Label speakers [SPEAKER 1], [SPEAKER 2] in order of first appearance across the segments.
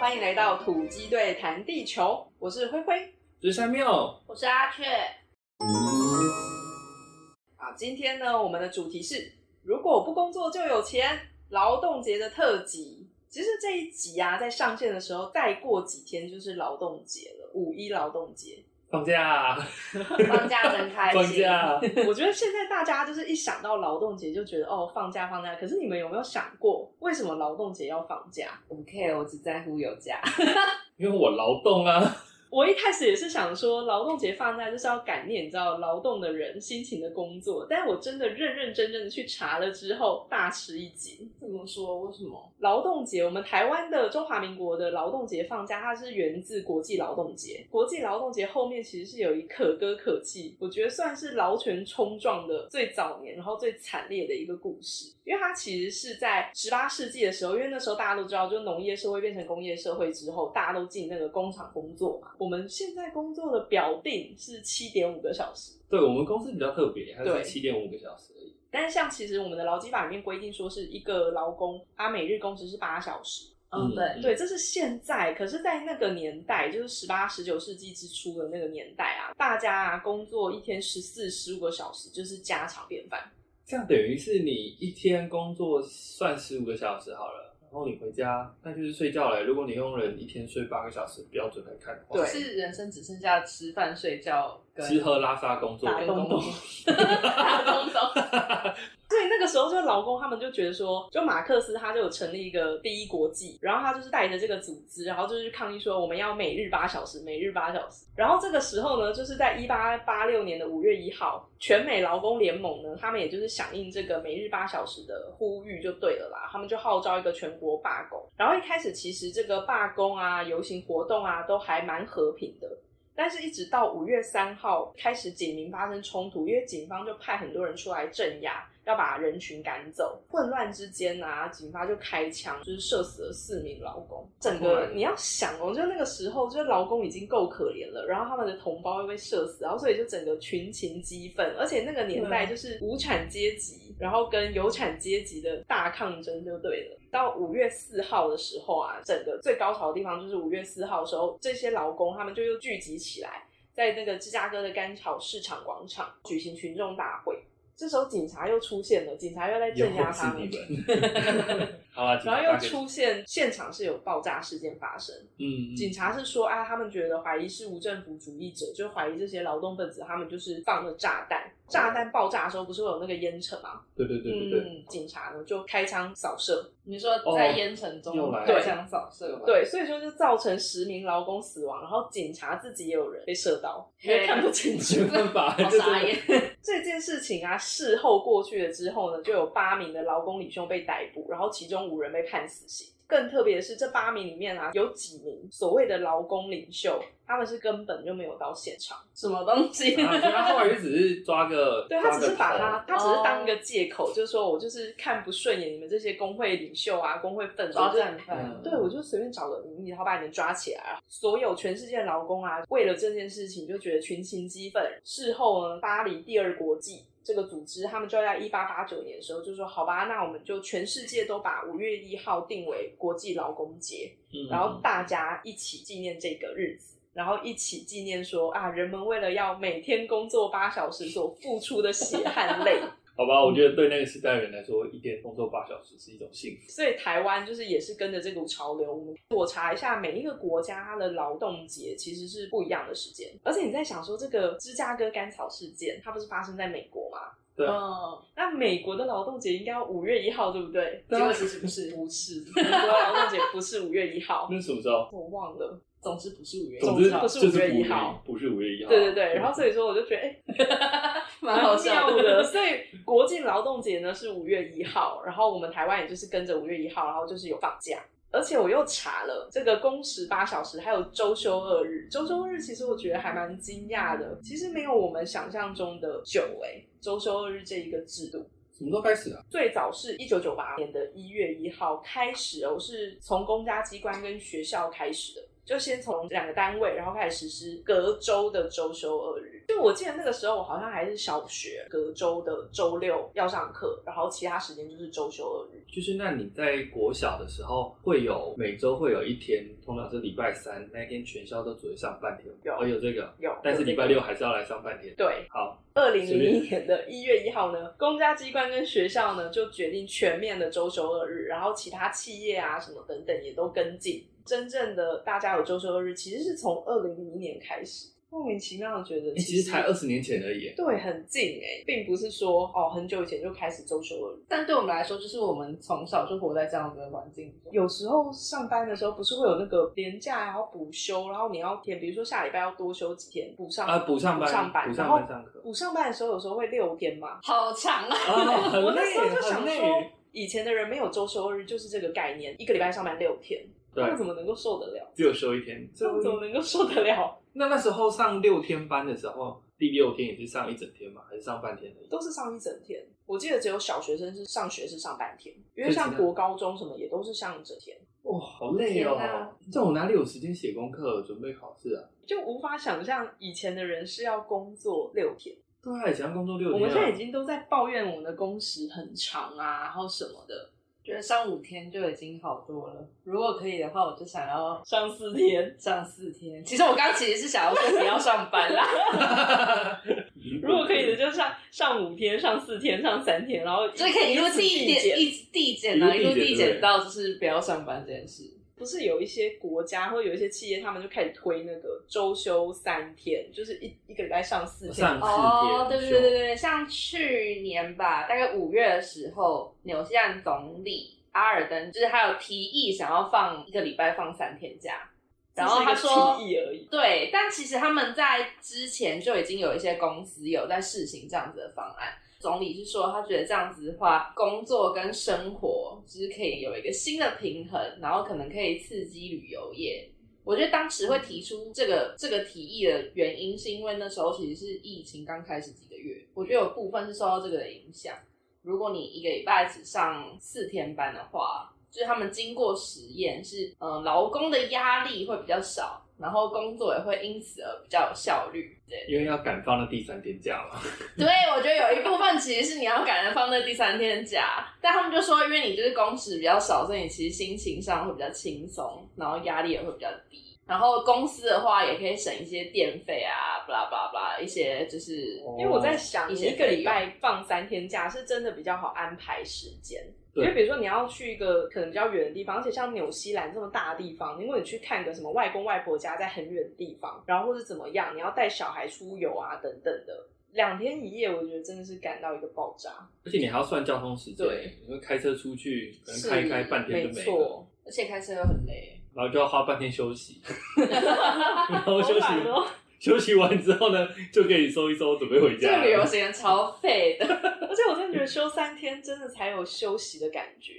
[SPEAKER 1] 欢迎来到土鸡队谈地球，我是灰灰。
[SPEAKER 2] 十三妙，
[SPEAKER 3] 我是阿雀，
[SPEAKER 1] 啊，今天呢，我们的主题是如果不工作就有钱，劳动节的特辑。其实这一集啊，在上线的时候，再过几天就是劳动节了，五一劳动节。
[SPEAKER 2] 放假，啊
[SPEAKER 3] 放假真开心。
[SPEAKER 2] 放假，啊
[SPEAKER 1] 我觉得现在大家就是一想到劳动节就觉得哦，放假放假。可是你们有没有想过，为什么劳动节要放假？
[SPEAKER 3] 我不 care，我只在乎有假。
[SPEAKER 2] 因为我劳动啊，
[SPEAKER 1] 我一开始也是想说，劳动节放假就是要感念，你知道劳动的人辛勤的工作。但我真的认认真真的去查了之后，大吃一惊。
[SPEAKER 3] 怎么说？为什么？
[SPEAKER 1] 劳动节，我们台湾的中华民国的劳动节放假，它是源自国际劳动节。国际劳动节后面其实是有一可歌可泣，我觉得算是劳权冲撞的最早年，然后最惨烈的一个故事。因为它其实是在十八世纪的时候，因为那时候大家都知道，就农业社会变成工业社会之后，大家都进那个工厂工作嘛。我们现在工作的表定是七点五个小时，
[SPEAKER 2] 对我们公司比较特别，它
[SPEAKER 1] 对
[SPEAKER 2] 是七点五个小时而已。
[SPEAKER 1] 但是像其实我们的劳基法里面规定说，是一个劳工他每日工时是八小时。
[SPEAKER 3] 嗯，对，
[SPEAKER 1] 对，这是现在。可是，在那个年代，就是十八、十九世纪之初的那个年代啊，大家啊工作一天十四、十五个小时，就是家常便饭。
[SPEAKER 2] 这样等于是你一天工作算十五个小时好了，然后你回家那就是睡觉了。如果你用人一天睡八个小时标准来看的话，
[SPEAKER 1] 对
[SPEAKER 3] 哦是人生只剩下吃饭、睡觉跟
[SPEAKER 2] 吃喝拉撒工作，
[SPEAKER 1] 打工
[SPEAKER 3] 东
[SPEAKER 1] 东，
[SPEAKER 3] 打工东。
[SPEAKER 1] 所以那个时候，就劳工他们就觉得说，就马克思他就有成立一个第一国际，然后他就是带着这个组织，然后就是抗议说我们要每日八小时，每日八小时。然后这个时候呢，就是在一八八六年的五月一号，全美劳工联盟呢，他们也就是响应这个每日八小时的呼吁就对了啦，他们就号召一个全国罢工。然后一开始其实这个罢工啊、游行活动啊都还蛮和平的，但是，一直到五月三号开始，警民发生冲突，因为警方就派很多人出来镇压，要把人群赶走。混乱之间啊，警方就开枪，就是射死了四名劳工。整个
[SPEAKER 2] 哇
[SPEAKER 1] 你要想哦，就那个时候，就是劳工已经够可怜了，然后他们的同胞又被射死，然后所以就整个群情激愤，而且那个年代就是无产阶级，然后跟有产阶级的大抗争就对了。到五月四号的时候啊，整个最高潮的地方就是五月四号的时候，这些劳工他们就又聚集起来，在那个芝加哥的甘草市场广场举行群众大会。这时候警察又出现了，警察又在
[SPEAKER 2] 又
[SPEAKER 1] 镇压
[SPEAKER 2] 是
[SPEAKER 1] 他们
[SPEAKER 2] 你，们。 好了，
[SPEAKER 1] 然后
[SPEAKER 2] 大
[SPEAKER 1] 又
[SPEAKER 2] 概
[SPEAKER 1] 出现现场是有爆炸事件发生。
[SPEAKER 2] 嗯，
[SPEAKER 1] 警察是说啊，他们觉得怀疑是无政府主义者，就怀疑这些劳动分子，他们就是放了炸弹。炸弹爆炸的时候不是会有那个烟尘吗？
[SPEAKER 2] 对对对对对，
[SPEAKER 1] 嗯，警察呢就开枪扫射，
[SPEAKER 3] 你说在烟尘中
[SPEAKER 2] 又来
[SPEAKER 3] 开枪扫射吗？，
[SPEAKER 1] 对，所以说就造成十名劳工死亡，然后警察自己也有人被射到，因为看不清楚。
[SPEAKER 2] 没办法，
[SPEAKER 3] 好
[SPEAKER 2] 就
[SPEAKER 3] 傻
[SPEAKER 2] 是
[SPEAKER 3] 眼。
[SPEAKER 1] 这件事情啊，事后过去了之后呢，就有八名的劳工领袖被逮捕，然后其中五人被判死刑。更特别的是，这八名里面啊，有几名所谓的劳工领袖，他们是根本就没有到现场。
[SPEAKER 3] 什么东西？
[SPEAKER 2] 啊所以他后来就只是抓个，
[SPEAKER 1] 对他
[SPEAKER 2] 抓
[SPEAKER 1] 只是
[SPEAKER 2] 个
[SPEAKER 1] 把
[SPEAKER 2] 头
[SPEAKER 1] 他，他只
[SPEAKER 3] 哦
[SPEAKER 1] 是当一个借口，就是说我就是看不顺眼你们这些工会领袖啊，工会分子，我
[SPEAKER 3] 抓
[SPEAKER 1] 就
[SPEAKER 3] 战犯
[SPEAKER 2] 嗯。
[SPEAKER 1] 对我就随便找个名义，然后把你们抓起来。啊所有全世界的劳工啊，为了这件事情就觉得群情激愤。事后呢，巴黎第二国际。这个组织，他们就在一八八九年的时候就说：“好吧，那我们就全世界都把五月一号定为国际劳工节。”
[SPEAKER 2] 嗯
[SPEAKER 1] 然后大家一起纪念这个日子，然后一起纪念说啊，人们为了要每天工作八小时所付出的血汗泪。
[SPEAKER 2] 好
[SPEAKER 1] 嗯
[SPEAKER 2] 吧，我觉得对那个时代的人来说，一天工作八小时是一种幸福。
[SPEAKER 1] 所以台湾就是也是跟着这股潮流。我们我查一下，每一个国家它的劳动节其实是不一样的时间。而且你在想说，这个芝加哥甘草事件，它不是发生在美国吗？
[SPEAKER 2] 对
[SPEAKER 3] 嗯，
[SPEAKER 1] 那美国的劳动节应该要五月一号，对不对？啊
[SPEAKER 3] 结果其实不是，
[SPEAKER 1] 不是，美 国的劳动节不是五月一号，
[SPEAKER 2] 那是什么时候？
[SPEAKER 1] 我忘了。
[SPEAKER 3] 总之不是五月一号，
[SPEAKER 2] 总之
[SPEAKER 1] 之不是
[SPEAKER 2] 就是
[SPEAKER 1] 5月
[SPEAKER 2] 不
[SPEAKER 1] 1号
[SPEAKER 2] 不是五月一号。
[SPEAKER 1] 对对对，然后所以说我就觉得，哎、
[SPEAKER 3] 蛮好笑
[SPEAKER 1] 蛮妙 的。。所以国际劳动节呢是五月一号，然后我们台湾也就是跟着五月一号，然后就是有放假。而且我又查了这个工时八小时，还有周休二日。周休二日其实我觉得还蛮惊讶的，其实没有我们想象中的久诶、周休二日这一个制度。
[SPEAKER 2] 什么时候开始啊？
[SPEAKER 1] 最早是一九九八年的一月一号开始，我是从公家机关跟学校开始的，就先从两个单位，然后开始实施隔周的周休二日。就我记得那个时候，我好像还是小学，隔周的周六要上课，然后其他时间就是周休二日。
[SPEAKER 2] 就是那你在国小的时候，会有每周会有一天，通常是礼拜三那一天全校都只会上半天，
[SPEAKER 1] 有
[SPEAKER 2] 哦有这个，
[SPEAKER 1] 有，
[SPEAKER 2] 但是
[SPEAKER 1] 有这
[SPEAKER 2] 礼
[SPEAKER 1] 个
[SPEAKER 2] 拜六还是要来上半天。
[SPEAKER 1] 对，
[SPEAKER 2] 好，
[SPEAKER 1] 二零零一年的一月一号呢，公家机关跟学校呢就决定全面的周休二日，然后其他企业啊什么等等也都跟进。真正的大家有周休二日，其实是从二零零一年开始。莫名其妙的觉得
[SPEAKER 2] 你其实才二十年前而已耶。
[SPEAKER 1] 对，很近哎、并不是说哦很久以前就开始周休二日。
[SPEAKER 3] 但对我们来说，就是我们从小就活在这样的环境中。
[SPEAKER 1] 有时候上班的时候不是会有那个年假，然后补休，然后你要填，比如说下礼拜要多休几天，补上
[SPEAKER 2] 啊，补上班，
[SPEAKER 1] 补上班，
[SPEAKER 2] 补
[SPEAKER 1] 然
[SPEAKER 2] 上
[SPEAKER 1] 后
[SPEAKER 2] 班上课。
[SPEAKER 1] 补上班的时候有时候会六天嘛，
[SPEAKER 3] 好长啊！
[SPEAKER 2] 啊，很
[SPEAKER 1] 我那
[SPEAKER 2] 累
[SPEAKER 1] 时候就想
[SPEAKER 2] 很
[SPEAKER 1] 说
[SPEAKER 2] 累。，
[SPEAKER 1] 以前的人没有周休日，就是这个概念，一个礼拜上班六天，那怎
[SPEAKER 2] 对，
[SPEAKER 1] 么能够受得了？
[SPEAKER 2] 只有休一天。
[SPEAKER 1] 这样怎么能够受得了？
[SPEAKER 2] 那那时候上六天班的时候，第六天也是上一整天嘛，还是上半天而已？
[SPEAKER 1] 都是上一整天。我记得只有小学生是上学是上半天，因为
[SPEAKER 2] 对
[SPEAKER 1] 像
[SPEAKER 2] 真的
[SPEAKER 1] 国高中什么也都是上一整天，
[SPEAKER 2] 哇、好累
[SPEAKER 3] 天哪
[SPEAKER 2] 哦！这种哪里有时间写功课、准备考试啊？
[SPEAKER 1] 就无法想象以前的人是要工作六天。
[SPEAKER 2] 对啊，以前要工作六天、啊，
[SPEAKER 1] 我们现在已经都在抱怨我们的工时很长啊，然后什么的，
[SPEAKER 3] 觉得上五天就已经好多了。如果可以的话，我就想要
[SPEAKER 1] 上四天。
[SPEAKER 3] 上四天。其实我刚其实是想要说不要上班啦。
[SPEAKER 1] 如果可以的，就上上五天、上四天、上三天，然后
[SPEAKER 3] 所以可以一路
[SPEAKER 1] 次
[SPEAKER 3] 递
[SPEAKER 1] 递减
[SPEAKER 3] 减，一直递减啊，
[SPEAKER 2] 一
[SPEAKER 3] 一
[SPEAKER 2] 路
[SPEAKER 3] 路
[SPEAKER 2] 递减
[SPEAKER 3] 递减到就是不要上班这件事。
[SPEAKER 1] 不是有一些国家或有一些企业，他们就开始推那个周休三天，就是一一个礼拜上四天。
[SPEAKER 2] 上
[SPEAKER 3] 哦，对
[SPEAKER 2] 四
[SPEAKER 3] 对
[SPEAKER 2] 天
[SPEAKER 3] 对对对，像去年吧，大概五月的时候，纽西兰总理阿尔登就是他有提议想要放一个礼拜放三天假，然后他
[SPEAKER 1] 这
[SPEAKER 3] 说
[SPEAKER 1] 是一个提议而已，
[SPEAKER 3] 对，但其实他们在之前就已经有一些公司有在试行这样子的方案。总理是说，他觉得这样子的话，工作跟生活就是可以有一个新的平衡，然后可能可以刺激旅游业。我觉得当时会提出这个这个提议的原因，是因为那时候其实是疫情刚开始几个月，我觉得有部分是受到这个的影响。如果你一个礼拜只上四天班的话，就是他们经过实验是，呃，劳工的压力会比较少，然后工作也会因此而比较有效率。对，
[SPEAKER 2] 因为要赶放到第三天假嘛。
[SPEAKER 3] 对我觉得有一部分其实是你要赶着放在第三天假，但他们就说，因为你就是工时比较少，所以你其实心情上会比较轻松，然后压力也会比较低。然后公司的话也可以省一些电费啊，巴拉巴拉巴拉，一些就是
[SPEAKER 2] 哦
[SPEAKER 1] 因为我在想，
[SPEAKER 3] 一
[SPEAKER 1] 你
[SPEAKER 3] 些
[SPEAKER 1] 一个礼拜放三天假是真的比较好安排时间。因
[SPEAKER 2] 对
[SPEAKER 1] 为比如说你要去一个可能比较远的地方，而且像纽西兰这么大的地方，如果你去看个什么外公外婆家在很远的地方，然后或是怎么样，你要带小孩出游啊等等的，两天一夜，我觉得真的是感到一个爆炸。
[SPEAKER 2] 而且你还要算交通时间
[SPEAKER 1] 对，
[SPEAKER 2] 你会开车出去，可能开一开半天就没了，
[SPEAKER 1] 错，
[SPEAKER 3] 而且开车又很累。
[SPEAKER 2] 然后就要花半天 休息，然后休息
[SPEAKER 1] 好懒 哦
[SPEAKER 2] 休息完之后呢，就可以收一收，准备回
[SPEAKER 3] 这
[SPEAKER 2] 家
[SPEAKER 3] 个旅游
[SPEAKER 2] 了。
[SPEAKER 3] 时间超废的，
[SPEAKER 1] 而且我真的觉 得休三天真的才有休息的感觉。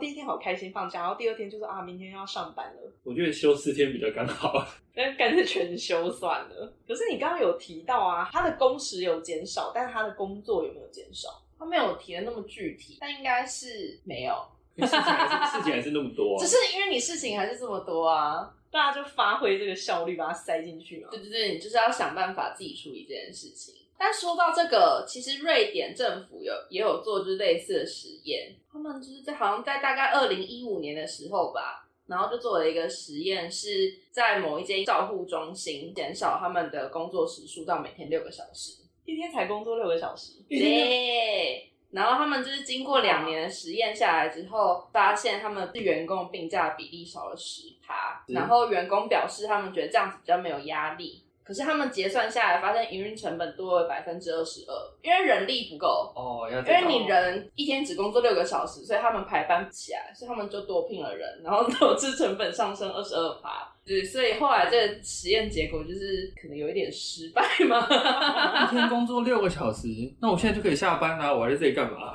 [SPEAKER 1] 第一天好开心放假，然后第二天就是啊，明天要上班了，
[SPEAKER 2] 我觉得休四天比较刚好。
[SPEAKER 1] 那干脆全休算了。可是你刚刚有提到啊，他的工时有减少，但是他的工作有没有减少？
[SPEAKER 3] 他没有提的那么具体，但应该是没有，
[SPEAKER 2] 因为事情还是事情还是那么多啊、
[SPEAKER 3] 只是因为你事情还是这么多啊，
[SPEAKER 1] 大家就发挥这个效率，把它塞进去嘛
[SPEAKER 3] 对。对对，你就是要想办法自己处理这件事情。但说到这个，其实瑞典政府有也有做就是类似的实验，他们就是在好像在大概二零一五年的时候吧，然后就做了一个实验，是在某一间照护中心减少他们的工作时数到每天六个小时。
[SPEAKER 1] 一天才工作六个小时，
[SPEAKER 2] 一天
[SPEAKER 3] 对，然后他们就是经过两年的实验下来之后，发现他们是员工病假比例少了十趴，
[SPEAKER 2] 嗯
[SPEAKER 3] 然后员工表示他们觉得这样子比较没有压力。可是他们结算下来，发现营运成本多了百分之二十二，因为人力不够，
[SPEAKER 2] 哦，要
[SPEAKER 3] 因为你人一天只工作六个小时，所以他们排班不起来，所以他们就多聘了人，然后导致成本上升二十二趴。对，所以后来这个实验结果就是可能有一点失败嘛。
[SPEAKER 2] 一天工作六个小时，那我现在就可以下班啦、我还在这里干 嘛？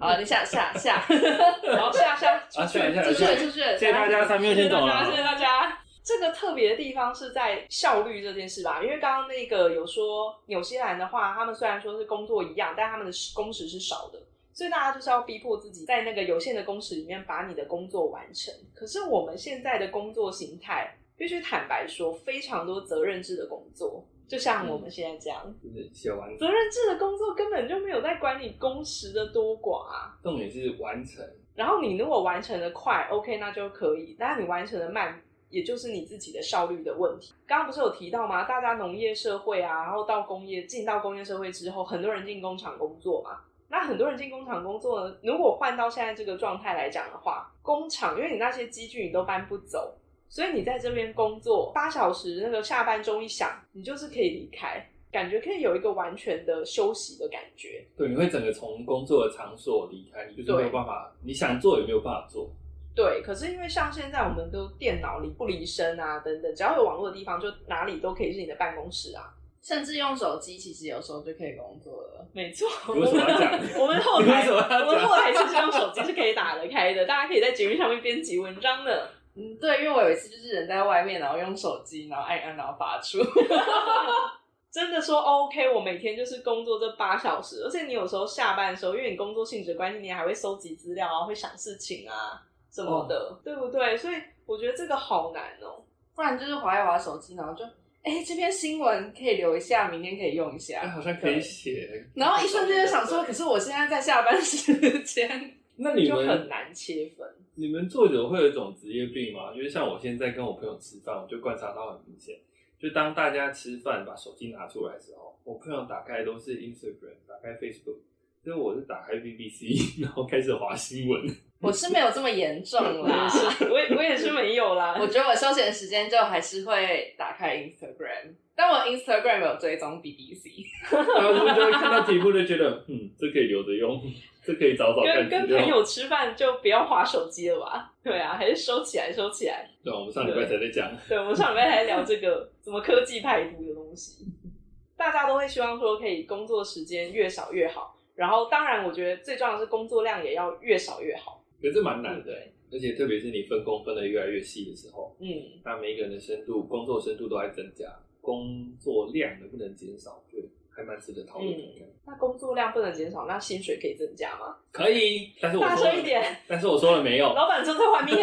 [SPEAKER 3] 好，你下下 下，
[SPEAKER 1] 然后下下出
[SPEAKER 2] 啊
[SPEAKER 1] 去，
[SPEAKER 2] 下下
[SPEAKER 1] 出
[SPEAKER 3] 出去
[SPEAKER 1] 去
[SPEAKER 3] 了出去了，
[SPEAKER 2] 谢谢大家，三
[SPEAKER 1] 谢
[SPEAKER 2] 秒
[SPEAKER 1] 谢
[SPEAKER 2] 先啊
[SPEAKER 1] 大家，
[SPEAKER 2] 走
[SPEAKER 1] 谢谢
[SPEAKER 2] 了。
[SPEAKER 1] 大家。这个特别的地方是在效率这件事吧，因为刚刚那个有说纽西兰的话，他们虽然说是工作一样，但他们的时工时是少的，所以大家就是要逼迫自己在那个有限的工时里面把你的工作完成。可是我们现在的工作形态，必须坦白说，非常多责任制的工作，就像我们现在这样，
[SPEAKER 2] 就是写完
[SPEAKER 1] 责任制的工作根本就没有在管你工时的多寡啊、
[SPEAKER 2] 重点是完成，
[SPEAKER 1] 然后你如果完成的快，OK，那就可以；但你完成的慢，也就是你自己的效率的问题。刚刚不是有提到吗？大家农业社会啊，然后到工业，进到工业社会之后，很多人进工厂工作嘛。那很多人进工厂工作呢，如果换到现在这个状态来讲的话，工厂因为你那些机具你都搬不走，所以你在这边工作八小时，那个下班钟一响，你就是可以离开，感觉可以有一个完全的休息的感觉。
[SPEAKER 2] 对，你会整个从工作的场所离开，你就是
[SPEAKER 1] 对
[SPEAKER 2] 没有办法，你想做也没有办法做。
[SPEAKER 1] 对，可是因为像现在我们都电脑离不离身啊，等等，只要有网络的地方，就哪里都可以是你的办公室啊。
[SPEAKER 3] 甚至用手机，其实有时候就可以工作了。
[SPEAKER 1] 没错，
[SPEAKER 2] 你为什么要讲
[SPEAKER 1] 我们后台，
[SPEAKER 2] 你为什么要讲
[SPEAKER 1] 我们后台其实用手机是可以打得开的，大家可以在节目上面编辑文章的。
[SPEAKER 3] 嗯，对，因为我有一次就是人在外面，然后用手机，然后按一按，然后发出。
[SPEAKER 1] 真的说 OK，我每天就是工作这八小时，而且你有时候下班的时候，因为你工作性质的关系，你还会收集资料啊，会想事情啊什么的，对不对？所以我觉得这个好难哦。
[SPEAKER 3] 不然就是划一划手机，然后就哎、这篇新闻可以留一下，明天可以用一
[SPEAKER 2] 哎，
[SPEAKER 3] 下。
[SPEAKER 2] 好像可以写。
[SPEAKER 3] 然后一瞬间就想说，可是我现在在下班时间。
[SPEAKER 2] 那你
[SPEAKER 1] 就
[SPEAKER 2] 们
[SPEAKER 1] 很难切分。
[SPEAKER 2] 你们作者会有一种职业病吗？就是像我现在跟我朋友吃饭，我就观察到很明显，就当大家吃饭把手机拿出来的时候，我朋友打开都是 Instagram，打开 Facebook，所以我是打开 BBC，然后开始划新闻。
[SPEAKER 3] 我是没有这么严重
[SPEAKER 1] 我也
[SPEAKER 3] 啦，
[SPEAKER 1] 是，我也我也是没有 啦。
[SPEAKER 3] 我觉得我休闲时间就还是会打开 Instagram，但我 Instagram 有追踪 BBC。
[SPEAKER 2] 然后他们就会看到题目就觉得，嗯，这可以留着用， 这可以早早看
[SPEAKER 1] 跟
[SPEAKER 2] 资料。
[SPEAKER 1] 跟朋友吃饭就不要划手机了吧？ 对啊，还是收起来，收起来。
[SPEAKER 2] 对，啊我们上礼拜才在讲，
[SPEAKER 1] 对，我们上礼拜还聊这个怎么科技排毒的东西，大家都会希望说可以工作时间越少越好。然后，当然，我觉得最重要的是工作量也要越少越好。
[SPEAKER 2] 可是蛮难的
[SPEAKER 1] 对，
[SPEAKER 2] 而且特别是你分工分的越来越细的时候，
[SPEAKER 1] 嗯，
[SPEAKER 2] 那每一个人的深度、工作深度都在增加，工作量能不能减少，就还蛮值得讨论看看。
[SPEAKER 1] 那工作量不能减少，那薪水可以增加吗？
[SPEAKER 2] 可以，但是我
[SPEAKER 1] 大
[SPEAKER 2] 说
[SPEAKER 1] 声一
[SPEAKER 2] 了，
[SPEAKER 1] 点，
[SPEAKER 2] 但是我说了没有，
[SPEAKER 1] 老板坐在外面，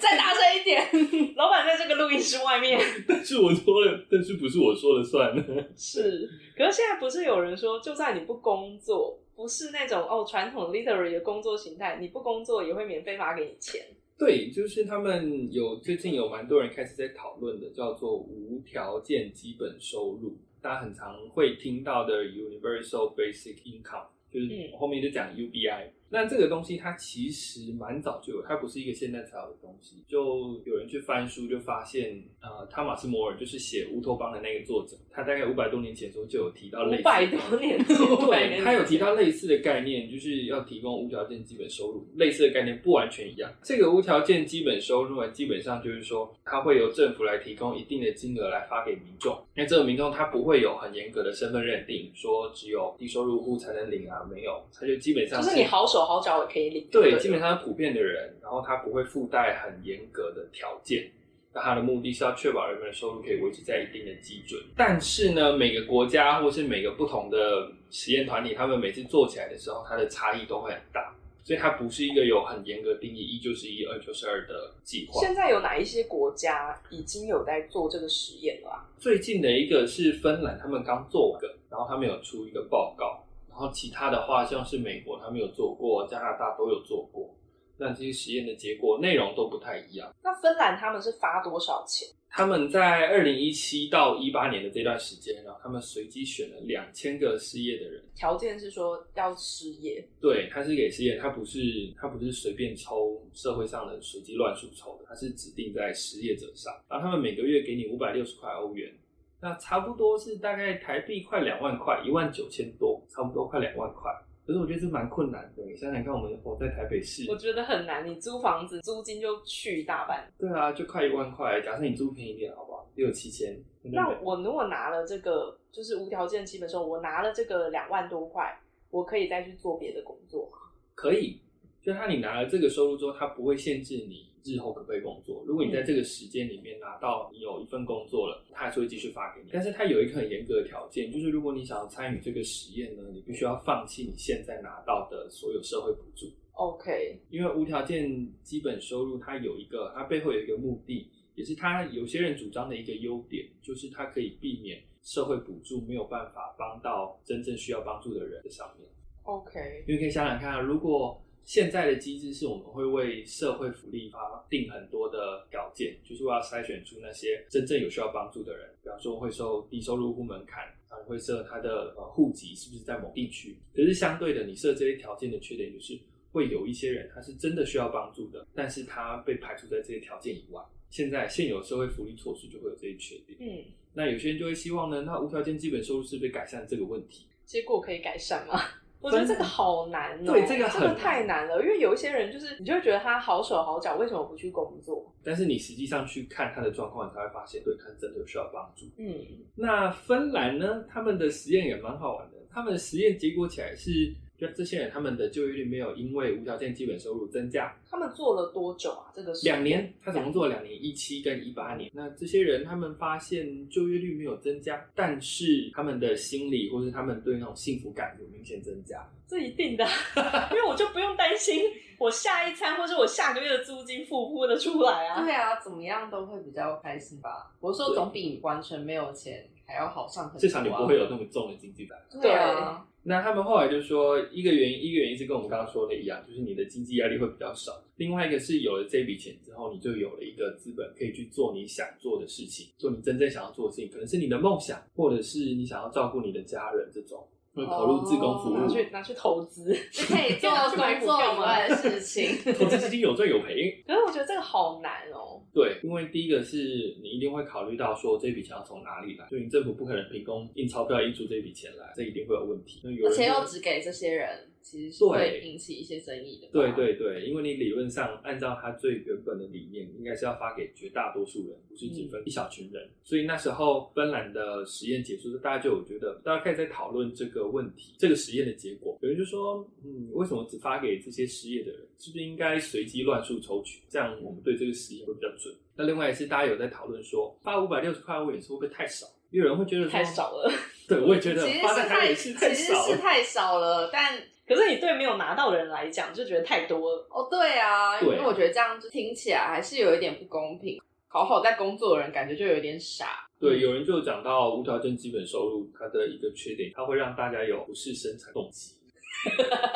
[SPEAKER 3] 再大声一点，
[SPEAKER 1] 老板在这个录音室外面。
[SPEAKER 2] 但是我说了，但是不是我说了算呢？
[SPEAKER 1] 是，可是现在不是有人说，就算你不工作，不是那种哦传统 literary 的工作形态，你不工作也会免费发给你钱。
[SPEAKER 2] 对，就是他们有最近有蛮多人开始在讨论的，叫做无条件基本收入，大家很常会听到的 Universal Basic Income，就是
[SPEAKER 1] 嗯
[SPEAKER 2] 后面就讲 UBI。那这个东西它其实蛮早就有，它不是一个现在才有的东西。就有人去翻书就发现，呃，汤马斯摩尔就是写乌托邦的那个作者，他大概五百多年前的时候就有提到类似
[SPEAKER 1] 五
[SPEAKER 2] 的
[SPEAKER 1] 百多年前，500年
[SPEAKER 2] 对，
[SPEAKER 1] 前
[SPEAKER 2] 他有提到类似的概念，就是要提供无条件基本收入，类似的概念不完全一样。这个无条件基本收入呢，基本上就是说，它会由政府来提供一定的金额来发给民众。那这个民众他不会有很严格的身份认定，说只有低收入户才能领啊，没有，他就基本上
[SPEAKER 1] 就是你好手好脚也可以领。
[SPEAKER 2] 对，
[SPEAKER 1] 不
[SPEAKER 2] 基本上是普遍的人，然后他不会附带很严格的条件。那他的目的是要确保人们的收入可以维持在一定的基准，但是呢，每个国家或是每个不同的实验团体，他们每次做起来的时候，它的差异都会很大，所以它不是一个有很严格定义一就是一、二就是二的计划。
[SPEAKER 1] 现在有哪一些国家已经有在做这个实验了、啊？
[SPEAKER 2] 最近的一个是芬兰，他们刚做完一个，然后他们有出一个报告，然后其他的话像是美国，他们有做过，加拿大都有做过，那这些实验的结果内容都不太一样。
[SPEAKER 1] 那芬兰他们是发多少钱？
[SPEAKER 2] 他们在二零一七到一八年的这段时间，然后他们随机选了两千个失业的人，
[SPEAKER 1] 条件是说要失业，
[SPEAKER 2] 对，他是给失业，他不是他不是随便抽社会上的随机乱数抽的，他是指定在失业者上，然后他们每个月给你五百六十块欧元，那差不多是大概台币快两万块，一万九千多，差不多快两万块。可是我觉得这蛮困难的，你想想看，我们活在台北市，
[SPEAKER 1] 我觉得很难。你租房子租金就去一大半。
[SPEAKER 2] 对啊，就快一万块，假设你租便宜一点，好不好？六七千，
[SPEAKER 1] 那我如果拿了这个，就是无条件基本收入，我拿了这个两万多块，我可以再去做别的工作吗。
[SPEAKER 2] 可以，就他你拿了这个收入之后，他不会限制你日后可不可以工作。如果你在这个时间里面拿到你有一份工作了，他还是会继续发给你。但是他有一个很严格的条件，就是如果你想要参与这个实验呢，你必须要放弃你现在拿到的所有社会补助，
[SPEAKER 1] OK，
[SPEAKER 2] 因为无条件基本收入它有一个，它背后有一个目的。也是他有些人主张的一个优点，就是它可以避免社会补助没有办法帮到真正需要帮助的人的上面。
[SPEAKER 1] OK，
[SPEAKER 2] 因为可以想想看啊，如果现在的机制是我们会为社会福利发定很多的条件，就是为了筛选出那些真正有需要帮助的人，比方说会收低收入户门槛，然后会设他的呃户籍是不是在某地区。可是相对的，你设这些条件的缺点就是会有一些人他是真的需要帮助的，但是他被排除在这些条件以外。现在现有社会福利措施就会有这些缺点，
[SPEAKER 1] 嗯，
[SPEAKER 2] 那有些人就会希望呢，那无条件基本收入是不是改善这个问题？
[SPEAKER 1] 结果可以改善吗？ 我觉得这个好难哦、
[SPEAKER 2] 对这个
[SPEAKER 1] 这
[SPEAKER 2] 很
[SPEAKER 1] 个太难了，因为有一些人就是，你就会觉得他好手好脚，为什么不去工作？
[SPEAKER 2] 但是你实际上去看他的状况，你才会发现，对他真的有需要帮助。
[SPEAKER 1] 嗯，
[SPEAKER 2] 那芬兰呢，他们的实验也蛮好玩的。他们的实验结果起来是，就这些人他们的就业率没有因为无条件基本收入增加。
[SPEAKER 1] 他们做了多久啊？这个是
[SPEAKER 2] 两年，他总共做了两年，一七跟一八年。那这些人他们发现就业率没有增加，但是他们的心理或是他们对那种幸福感有明显增加。
[SPEAKER 1] 这一定的啊， 因为我就不用担心我下一餐或者我下个月的租金付不付得出来啊。
[SPEAKER 3] 对啊，怎么样都会比较开心吧。我说总比完全没有钱还要好上很多、啊。
[SPEAKER 2] 至少你不会有那么重的经济担。
[SPEAKER 3] 对啊，
[SPEAKER 2] 那他们后来就说，一个原因，一个原因是跟我们刚刚说的一样，就是你的经济压力会比较少；另外一个是有了这笔钱之后，你就有了一个资本可以去做你想做的事情，做你真正想要做的事情，可能是你的梦想，或者是你想要照顾你的家人这种，会投入自工服务。
[SPEAKER 1] 拿
[SPEAKER 3] 哦
[SPEAKER 1] 去拿去投资，
[SPEAKER 3] 啊就可以做 工作以外的事 情。
[SPEAKER 2] 投资基金有赚有赔，
[SPEAKER 1] 可是我觉得这个好难哦。
[SPEAKER 2] 对，因为第一个是你一定会考虑到说这笔钱要从哪里来，就你政府不可能凭空印钞票印出这笔钱来，这一定会有问题。那有
[SPEAKER 3] 而
[SPEAKER 2] 人
[SPEAKER 3] 且
[SPEAKER 2] 就
[SPEAKER 3] 又只给这些人，其实是会
[SPEAKER 2] 对
[SPEAKER 3] 引起一些争议的。
[SPEAKER 2] 对，对对，因为你理论上按照他最原本的理念，应该是要发给绝大多数人，不是只分一小群人。所以那时候芬兰的实验结束，大家就有觉得嗯大家开始在讨论这个问题，这个实验的结果。有人就说，嗯，为什么只发给这些失业的人？是不是应该随机乱数抽取？这样我们对这个实验会比较嗯准。那另外也是大家有在讨论说，发五百六十块欧元是会不会太少？有人会觉得说
[SPEAKER 1] 太少了。
[SPEAKER 2] 对我也觉得
[SPEAKER 3] 其实
[SPEAKER 2] 发在
[SPEAKER 3] 是
[SPEAKER 2] 台
[SPEAKER 3] 太
[SPEAKER 2] 北市太
[SPEAKER 3] 其实
[SPEAKER 2] 少
[SPEAKER 3] 是
[SPEAKER 2] 了。
[SPEAKER 3] 太少了，但。
[SPEAKER 1] 可是你对没有拿到的人来讲，就觉得太多了。
[SPEAKER 3] 哦，对啊，因
[SPEAKER 2] 对
[SPEAKER 3] 为我觉得这样就听起来还是有一点不公平。好好在工作的人感觉就有点傻，
[SPEAKER 2] 对，有人就讲到无条件基本收入，它的一个缺点，它会让大家有不是生产动机，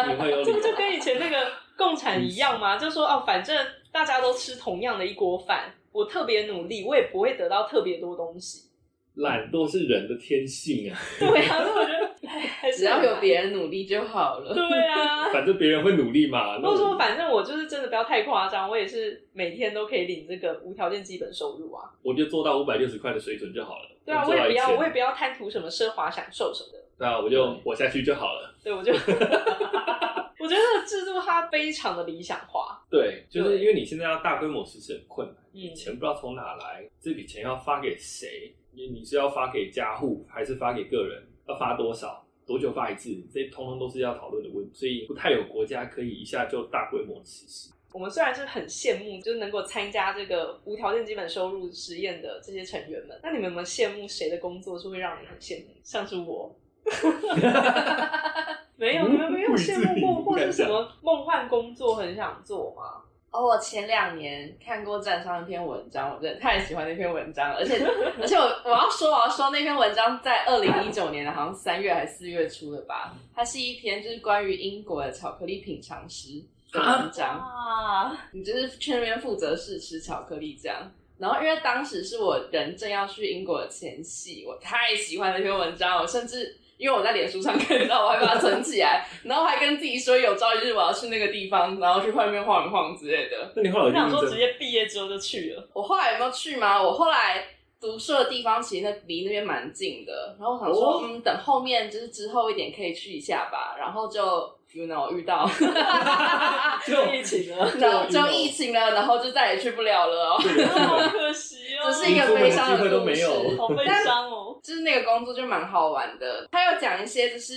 [SPEAKER 2] 你会有理
[SPEAKER 1] 这不就
[SPEAKER 2] 由。
[SPEAKER 1] 跟以前那个共产一样吗？就说哦，反正大家都吃同样的一锅饭，我特别努力，我也不会得到特别多东西。
[SPEAKER 2] 懒惰是人的天性啊，
[SPEAKER 1] 对啊，所以我觉得哎还是
[SPEAKER 3] 只要有别人努力就好了。
[SPEAKER 1] 对啊。
[SPEAKER 2] 反正别人会努力嘛。那
[SPEAKER 1] 或者说，
[SPEAKER 2] 我
[SPEAKER 1] 反正我就是真的不要太夸张，我也是每天都可以领这个无条件基本收入啊。
[SPEAKER 2] 我就做到五百六十块的水准就好了。
[SPEAKER 1] 对啊，
[SPEAKER 2] 做
[SPEAKER 1] 我
[SPEAKER 2] 到
[SPEAKER 1] 也不要，
[SPEAKER 2] 1000
[SPEAKER 1] 我也不要贪图什么奢华享受什么的。
[SPEAKER 2] 对啊，我就活下去就好了。
[SPEAKER 1] 对，我就 我觉得这个制度它非常的理想化。
[SPEAKER 2] 对，就是
[SPEAKER 1] 对
[SPEAKER 2] 因为你现在要大规模实施很困难，
[SPEAKER 1] 嗯，
[SPEAKER 2] 钱不知道从哪来，这笔钱要发给谁？你你是要发给家户，还是发给个人？要发多少？多久发一次？这通通都是要讨论的问题，所以不太有国家可以一下就大规模实施。
[SPEAKER 1] 我们虽然是很羡慕，就是能够参加这个无条件基本收入实验的这些成员们，那你们有没有羡慕谁的工作是会让你很羡慕？像是我， 没有，你们没有羡慕过或是什么梦幻工作很想做吗？
[SPEAKER 3] 哦，我前两年看过站上一篇文章，我真的太喜欢那篇文章了，而且而且我我要说我要说那篇文章在二零一九年的，好像三月还是四月初的吧，它是一篇就是关于英国的巧克力品尝师的文章。
[SPEAKER 1] 啊，
[SPEAKER 3] 你就是去那边负责试吃巧克力这样。然后因为当时是我人正要去英国的前夕，我太喜欢那篇文章了，我甚至因为我在脸书上 看到，我还把它存起来，然后还跟自己说有朝一日我要去那个地方，然后去外面晃一晃之类的。
[SPEAKER 2] 那你后
[SPEAKER 1] 我
[SPEAKER 2] 来
[SPEAKER 1] 想
[SPEAKER 2] 有去
[SPEAKER 1] 说直
[SPEAKER 2] 应征？
[SPEAKER 1] 接毕业之后就去了，
[SPEAKER 3] 我后来有没有去吗？我后来读书的地方其实那离那边蛮近的，然后我想说，
[SPEAKER 1] 哦
[SPEAKER 3] 嗯，等后面就是之后一点可以去一下吧，然后就 you know 遇到，
[SPEAKER 1] 就疫情了，
[SPEAKER 3] 然后就疫情了，然后就再也去不了了 哦。
[SPEAKER 1] 好可惜哦，
[SPEAKER 3] 只是一个悲伤
[SPEAKER 2] 你出门的
[SPEAKER 3] 的故事
[SPEAKER 2] 机会都没有
[SPEAKER 1] 好悲伤哦。
[SPEAKER 3] 就是那个工作就蛮好玩的，他有讲一些就是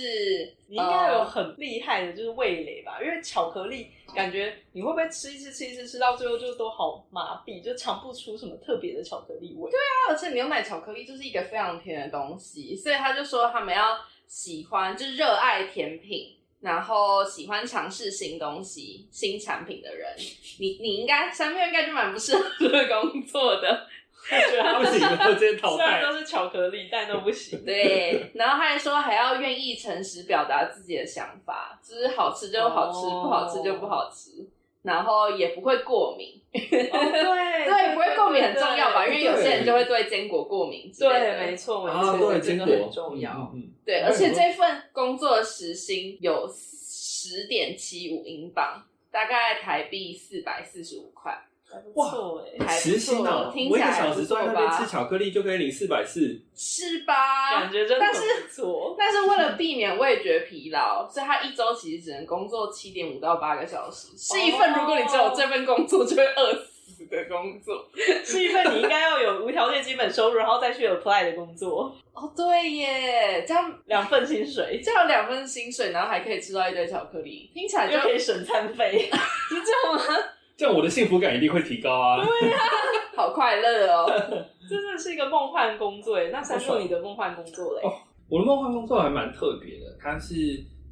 [SPEAKER 1] 你应该有
[SPEAKER 3] 呃
[SPEAKER 1] 很厉害的，就是味蕾吧，因为巧克力感觉你会不会吃一吃吃一吃吃到最后就都好麻痹，就尝不出什么特别的巧克力味。对，
[SPEAKER 3] 而且牛奶巧克力就是一个非常甜的东西，所以他就说他们要喜欢，就是热爱甜品，然后喜欢尝试新东西、新产品的人，你你应该三票应该就蛮不适合这个工作的。
[SPEAKER 2] 觉得他不行，我直接淘
[SPEAKER 1] 虽然
[SPEAKER 2] 汰。
[SPEAKER 1] 都是巧克力，但都不行。
[SPEAKER 3] 对，然后他还说还要愿意诚实表达自己的想法，就是好吃就好吃
[SPEAKER 1] 哦
[SPEAKER 3] 不好吃就不好吃，然后也不会过敏。
[SPEAKER 1] 哦对
[SPEAKER 3] 对，不会过敏很重要吧？因为有些人就会对坚果过敏之类的。
[SPEAKER 1] 对，没错，没
[SPEAKER 2] 啊，
[SPEAKER 1] 错，
[SPEAKER 2] 对，
[SPEAKER 1] 这
[SPEAKER 2] 坚
[SPEAKER 1] 个
[SPEAKER 2] 果
[SPEAKER 1] 很重要。
[SPEAKER 2] 嗯，嗯
[SPEAKER 3] 对，
[SPEAKER 2] 对
[SPEAKER 3] 而且这份工作的时薪有十点七五英镑，大概台币四百四十五块，
[SPEAKER 1] 还不错哎，
[SPEAKER 2] 嗯
[SPEAKER 3] 还不
[SPEAKER 2] 时薪
[SPEAKER 3] 错
[SPEAKER 2] 啊，，
[SPEAKER 3] 听
[SPEAKER 2] 我
[SPEAKER 3] 起
[SPEAKER 2] 一个
[SPEAKER 3] 来
[SPEAKER 2] 小
[SPEAKER 3] 还不
[SPEAKER 2] 时
[SPEAKER 3] 错
[SPEAKER 2] 在那边吃
[SPEAKER 3] 吧？
[SPEAKER 2] 巧克力就可以领四百四，
[SPEAKER 3] 是吧？
[SPEAKER 1] 感觉真的
[SPEAKER 3] 但是
[SPEAKER 1] 很不错。
[SPEAKER 3] 但是为了避免味觉疲劳，所以他一周其实只能工作七点五到八个小时，是一份
[SPEAKER 1] 哦
[SPEAKER 3] 如果你只有这份工作就会饿死的工作。
[SPEAKER 1] 是一份你应该要有无条件基本收入，然后再去 apply 的工作，
[SPEAKER 3] 哦，对耶，这样
[SPEAKER 1] 两份薪水，
[SPEAKER 3] 这样有两份薪水，然后还可以吃到一堆巧克力，听起来就
[SPEAKER 1] 就可以省餐费。
[SPEAKER 3] 是这样吗？
[SPEAKER 2] 这样我的幸福感一定会提高啊。
[SPEAKER 3] 好快乐哦！
[SPEAKER 1] 真的是一个梦幻工作哎。那三
[SPEAKER 2] 好
[SPEAKER 1] 叔，
[SPEAKER 2] 爽
[SPEAKER 1] 你的梦幻工作嘞？
[SPEAKER 2] 我的梦幻工作还蛮特别的，它是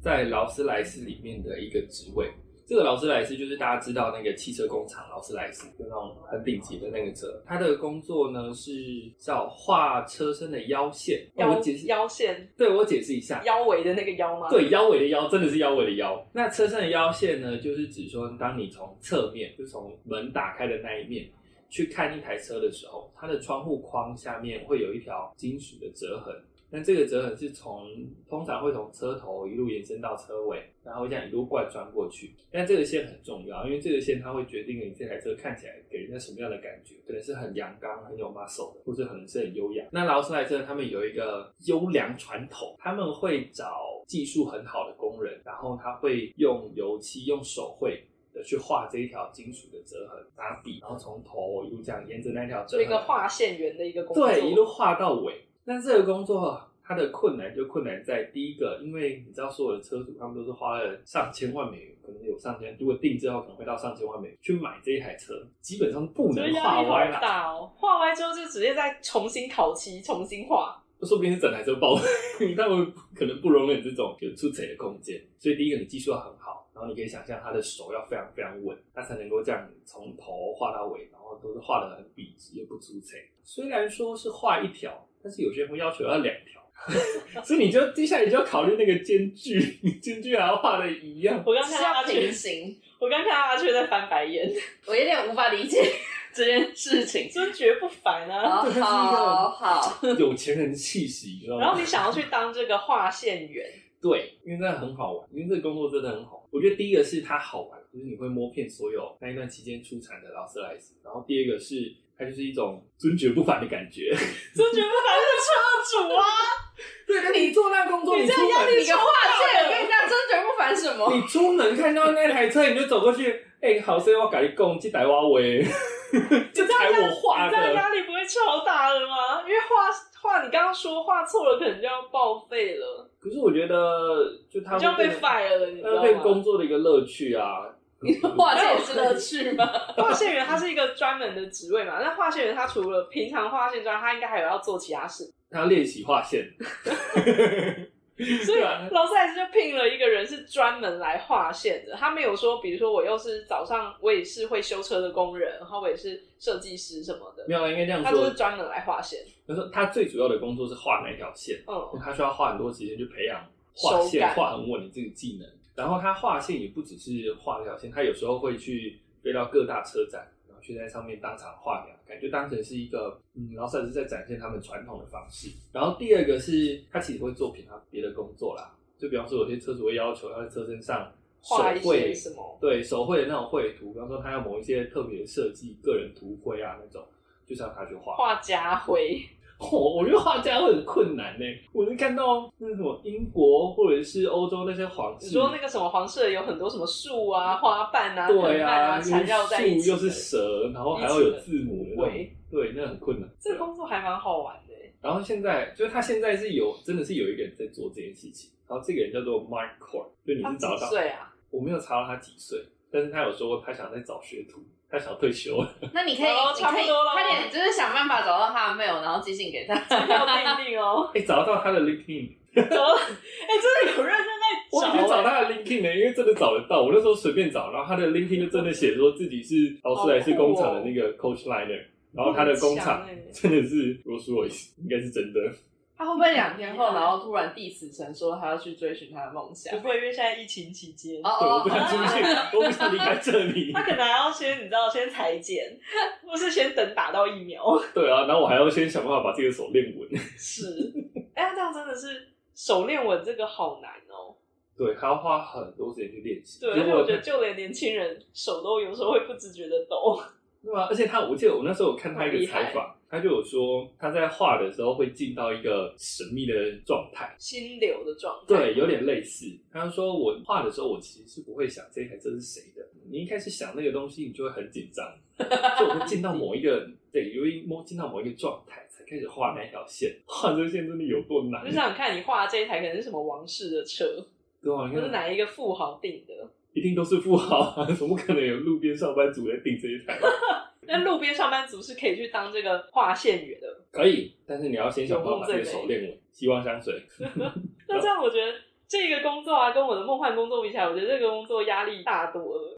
[SPEAKER 2] 在劳斯莱斯里面的一个职位。这个劳斯莱斯就是大家知道那个汽车工厂劳斯莱斯，就那种很顶级的那个车。他的工作呢是叫画车身的腰线。那
[SPEAKER 1] 腰
[SPEAKER 2] 我解 释，
[SPEAKER 1] 腰线、
[SPEAKER 2] 对我解释一下，
[SPEAKER 1] 腰围的那个腰 吗？，
[SPEAKER 2] 对，腰围的腰真的是腰围的腰。那车身的腰线呢，就是指说，当你从侧面，就是从门打开的那一面去看一台车的时候，它的窗户框下面会有一条金属的折痕。那这个折痕是从通常会从车头一路延伸到车尾，然后这样一路贯穿过去。但这个线很重要，因为这个线它会决定你这台车看起来给人家什么样的感觉，可能是很阳刚、很有 muscle 的，或者可能是很优雅。那劳斯莱斯他们有一个优良传统，他们会找技术很好的工人，然后他会用油漆、用手绘。的去画这一条金属的折痕，拿笔，然后从头一路这样沿着那条
[SPEAKER 1] 做
[SPEAKER 2] 折痕，
[SPEAKER 1] 一个画线员的一个工作，
[SPEAKER 2] 对，一路画到尾。那这个工作它的困难就困难在第一个，因为你知道所有的车主他们都是花了上千万美元，可能有上千，如果定制后可能会到上千万美元去买这一台车，基本上不
[SPEAKER 1] 所
[SPEAKER 2] 能
[SPEAKER 1] 以压
[SPEAKER 2] 画
[SPEAKER 1] 力
[SPEAKER 2] 歪
[SPEAKER 1] 好
[SPEAKER 2] 了，
[SPEAKER 1] 大哦。画歪之后就直接再重新烤漆，重新画。
[SPEAKER 2] 说不定是整台车爆， 他们可能不容忍这种有出贼的空间。所以第一个，你技术要很好，然后你可以想象他的手要非常非常稳，他才能够这样从头画到尾，然后都是画的很笔直又不出贼。虽然说是画一条，但是有些人会要求要两条。所以你就接下来你就要考虑那个间距， 你间距还要画的一样。
[SPEAKER 1] 我刚
[SPEAKER 3] 是
[SPEAKER 1] 看到
[SPEAKER 3] 要
[SPEAKER 1] 阿雀
[SPEAKER 3] 平，行，
[SPEAKER 1] 我刚看到阿雀在翻白眼，
[SPEAKER 3] 我有点无法理解 这件事情。
[SPEAKER 1] 真绝不凡啊！
[SPEAKER 3] 好好好，
[SPEAKER 2] 有钱人气息，你知道
[SPEAKER 1] 然后
[SPEAKER 2] 吗
[SPEAKER 1] 你？想要去当这个画线 员，
[SPEAKER 2] 对，因为真的很好玩，因为这个工作真的很好玩。我觉得第一个是它好玩，就是你会摸遍所有那一段期间出产的劳斯莱斯，然后第二个是它就是一种尊爵不凡的感觉。
[SPEAKER 1] 真绝不凡是车主啊！
[SPEAKER 2] 对，那你做那工 作，
[SPEAKER 1] 你
[SPEAKER 2] 出
[SPEAKER 1] 这样压力
[SPEAKER 2] 门，
[SPEAKER 3] 你个画
[SPEAKER 1] 超好
[SPEAKER 3] 线，我
[SPEAKER 1] 的
[SPEAKER 3] 跟你讲，真绝不凡什 么？
[SPEAKER 2] 你出门看到那台车，你就走过去，哎、好声我改供这台 挖围，这台我画
[SPEAKER 1] 你这样
[SPEAKER 2] 的。
[SPEAKER 1] 压力不会超大的吗？因为画画你刚刚说画错了，可能就要报废了，
[SPEAKER 2] 可是我觉得，就他
[SPEAKER 1] 你就
[SPEAKER 2] 们
[SPEAKER 1] 要被
[SPEAKER 2] 这个
[SPEAKER 1] fire 了，你知
[SPEAKER 2] 它
[SPEAKER 1] 道
[SPEAKER 2] 对
[SPEAKER 1] 吗？
[SPEAKER 2] 工作的一个乐趣啊。
[SPEAKER 3] 画线也是乐趣吗？
[SPEAKER 1] 画线员他是一个专门的职位嘛，那画线员他除了平常画线之外，他应该还有要做其他事。
[SPEAKER 2] 他练习画线，
[SPEAKER 1] 所以
[SPEAKER 2] 对啊
[SPEAKER 1] 劳斯莱斯就聘了一个人是专门来划线的，他没有说，比如说我又是早上我也是会修车的工人，然后我也是设计师什么的
[SPEAKER 2] 没，有啊啦应该这样
[SPEAKER 1] 他就
[SPEAKER 2] 说
[SPEAKER 1] 是。专门来划线。
[SPEAKER 2] 他说他最主要的工作是画那一条线，
[SPEAKER 1] 嗯，
[SPEAKER 2] 他需要花很多时间去培养画
[SPEAKER 1] 手
[SPEAKER 2] 线、
[SPEAKER 1] 感
[SPEAKER 2] 画很稳的这个技能。然后他画线也不只是画那条线，他有时候会去飞到各大车展，然后去在上面当场画两感觉当成是一个嗯，劳斯莱斯在展现他们传统的方式。然后第二个是他其实会做平常别的工作啦，就比方说有些车主会要求他在车身上手
[SPEAKER 1] 画一些
[SPEAKER 2] 绘
[SPEAKER 1] 什么？
[SPEAKER 2] 对手绘的那种绘图，比方说他要某一些特别的设计、个人图徽啊那种，就是让他去画。
[SPEAKER 1] 画家徽，
[SPEAKER 2] 我我觉得画家会很困难呢、我是看到那什么英国或者是欧洲那些皇
[SPEAKER 1] 你
[SPEAKER 2] 室，
[SPEAKER 1] 说那个什么黄色有很多什么树啊、花瓣啊、藤
[SPEAKER 2] 嗯对
[SPEAKER 1] 蔓
[SPEAKER 2] 啊，
[SPEAKER 1] 啊缠绕在一
[SPEAKER 2] 又
[SPEAKER 1] 起的，
[SPEAKER 2] 是树又是蛇，嗯然后还要有字母的那种，
[SPEAKER 1] 喂，
[SPEAKER 2] 对，那很困难。
[SPEAKER 1] 这个工作还蛮好 玩的欸。
[SPEAKER 2] 然后现在就是他现在是有真的是有一个人在做这件事情，然后这个人叫做 Mark Core，就 你
[SPEAKER 1] 他
[SPEAKER 2] 是
[SPEAKER 1] 几
[SPEAKER 2] 找得到
[SPEAKER 1] 岁啊？
[SPEAKER 2] 我没有查到他几岁，但是他有说他想再找学徒，他想退休了。
[SPEAKER 3] 那你可以，
[SPEAKER 1] 哦
[SPEAKER 3] 你
[SPEAKER 1] 差
[SPEAKER 3] 可
[SPEAKER 1] 不
[SPEAKER 3] 以
[SPEAKER 1] 多了
[SPEAKER 3] 快点，就是想办法找到他的 mail，然后寄信给 他。
[SPEAKER 1] 要定定哦。
[SPEAKER 2] 哎、找到他的 LinkedIn，
[SPEAKER 1] 哎、真的有认真在
[SPEAKER 2] 我
[SPEAKER 1] 找、
[SPEAKER 2] 已经
[SPEAKER 1] 欸，
[SPEAKER 2] 找他的 LinkedIn LinkedIn 呢、因为真的找得到。我那时候随便找，然后他的 LinkedIn 就真的写说自己是劳斯莱斯工厂的那
[SPEAKER 1] 哦
[SPEAKER 2] 个 Coach Liner，、然后他的工厂
[SPEAKER 1] 很强欸
[SPEAKER 2] 真的是罗素罗斯，应该是真的。
[SPEAKER 3] 他会不会两天后，然后突然弟子成说他要去追寻他的梦 想
[SPEAKER 2] 嗯
[SPEAKER 1] 不？会，因为现在疫情期间，
[SPEAKER 3] 哦
[SPEAKER 2] 对，我
[SPEAKER 3] 哦
[SPEAKER 2] 不，想出 去，我不想离开这里。
[SPEAKER 1] 他可能还要先你知道先裁 剪，或是先等打到疫苗。
[SPEAKER 2] 对啊，然后我还要先想办法把自己的手练稳。
[SPEAKER 1] 是， 哎、他这样真的是手练稳这个好难哦。
[SPEAKER 2] 对，还要花很多时间去练习。
[SPEAKER 1] 对，而
[SPEAKER 2] 结
[SPEAKER 1] 且
[SPEAKER 2] 果
[SPEAKER 1] 我觉得就连年轻人手都有时候会不自觉的抖。
[SPEAKER 2] 对啊，而且他，我记得我那时候有看他一个采访，他就有说他在画的时候会进到一个神秘的状态，
[SPEAKER 1] 心流的状态。
[SPEAKER 2] 对，有点类似。他就说我画的时候，我其实是不会想这台车是谁的，你一开始想那个东西，你就会很紧张， 所以我会进到某一个对，由于摸进到某一个状态，才开始画那条线。画这个线真的有多难
[SPEAKER 1] 我就？想看你画这一台可能是什么王室的车，
[SPEAKER 2] 对啊，你
[SPEAKER 1] 或是
[SPEAKER 2] 看
[SPEAKER 1] 哪一个富豪订的。
[SPEAKER 2] 一定都是富豪啊， 怎么可能有路边上班族来订这一台？
[SPEAKER 1] 那路边上班族是可以去当这个画线员的。
[SPEAKER 2] 可以，但是你要先想办法把这个手练稳。希望 香水，
[SPEAKER 1] 那这样我觉得这个工作啊，跟我的梦幻工作比起来，我觉得这个工作压力大多了。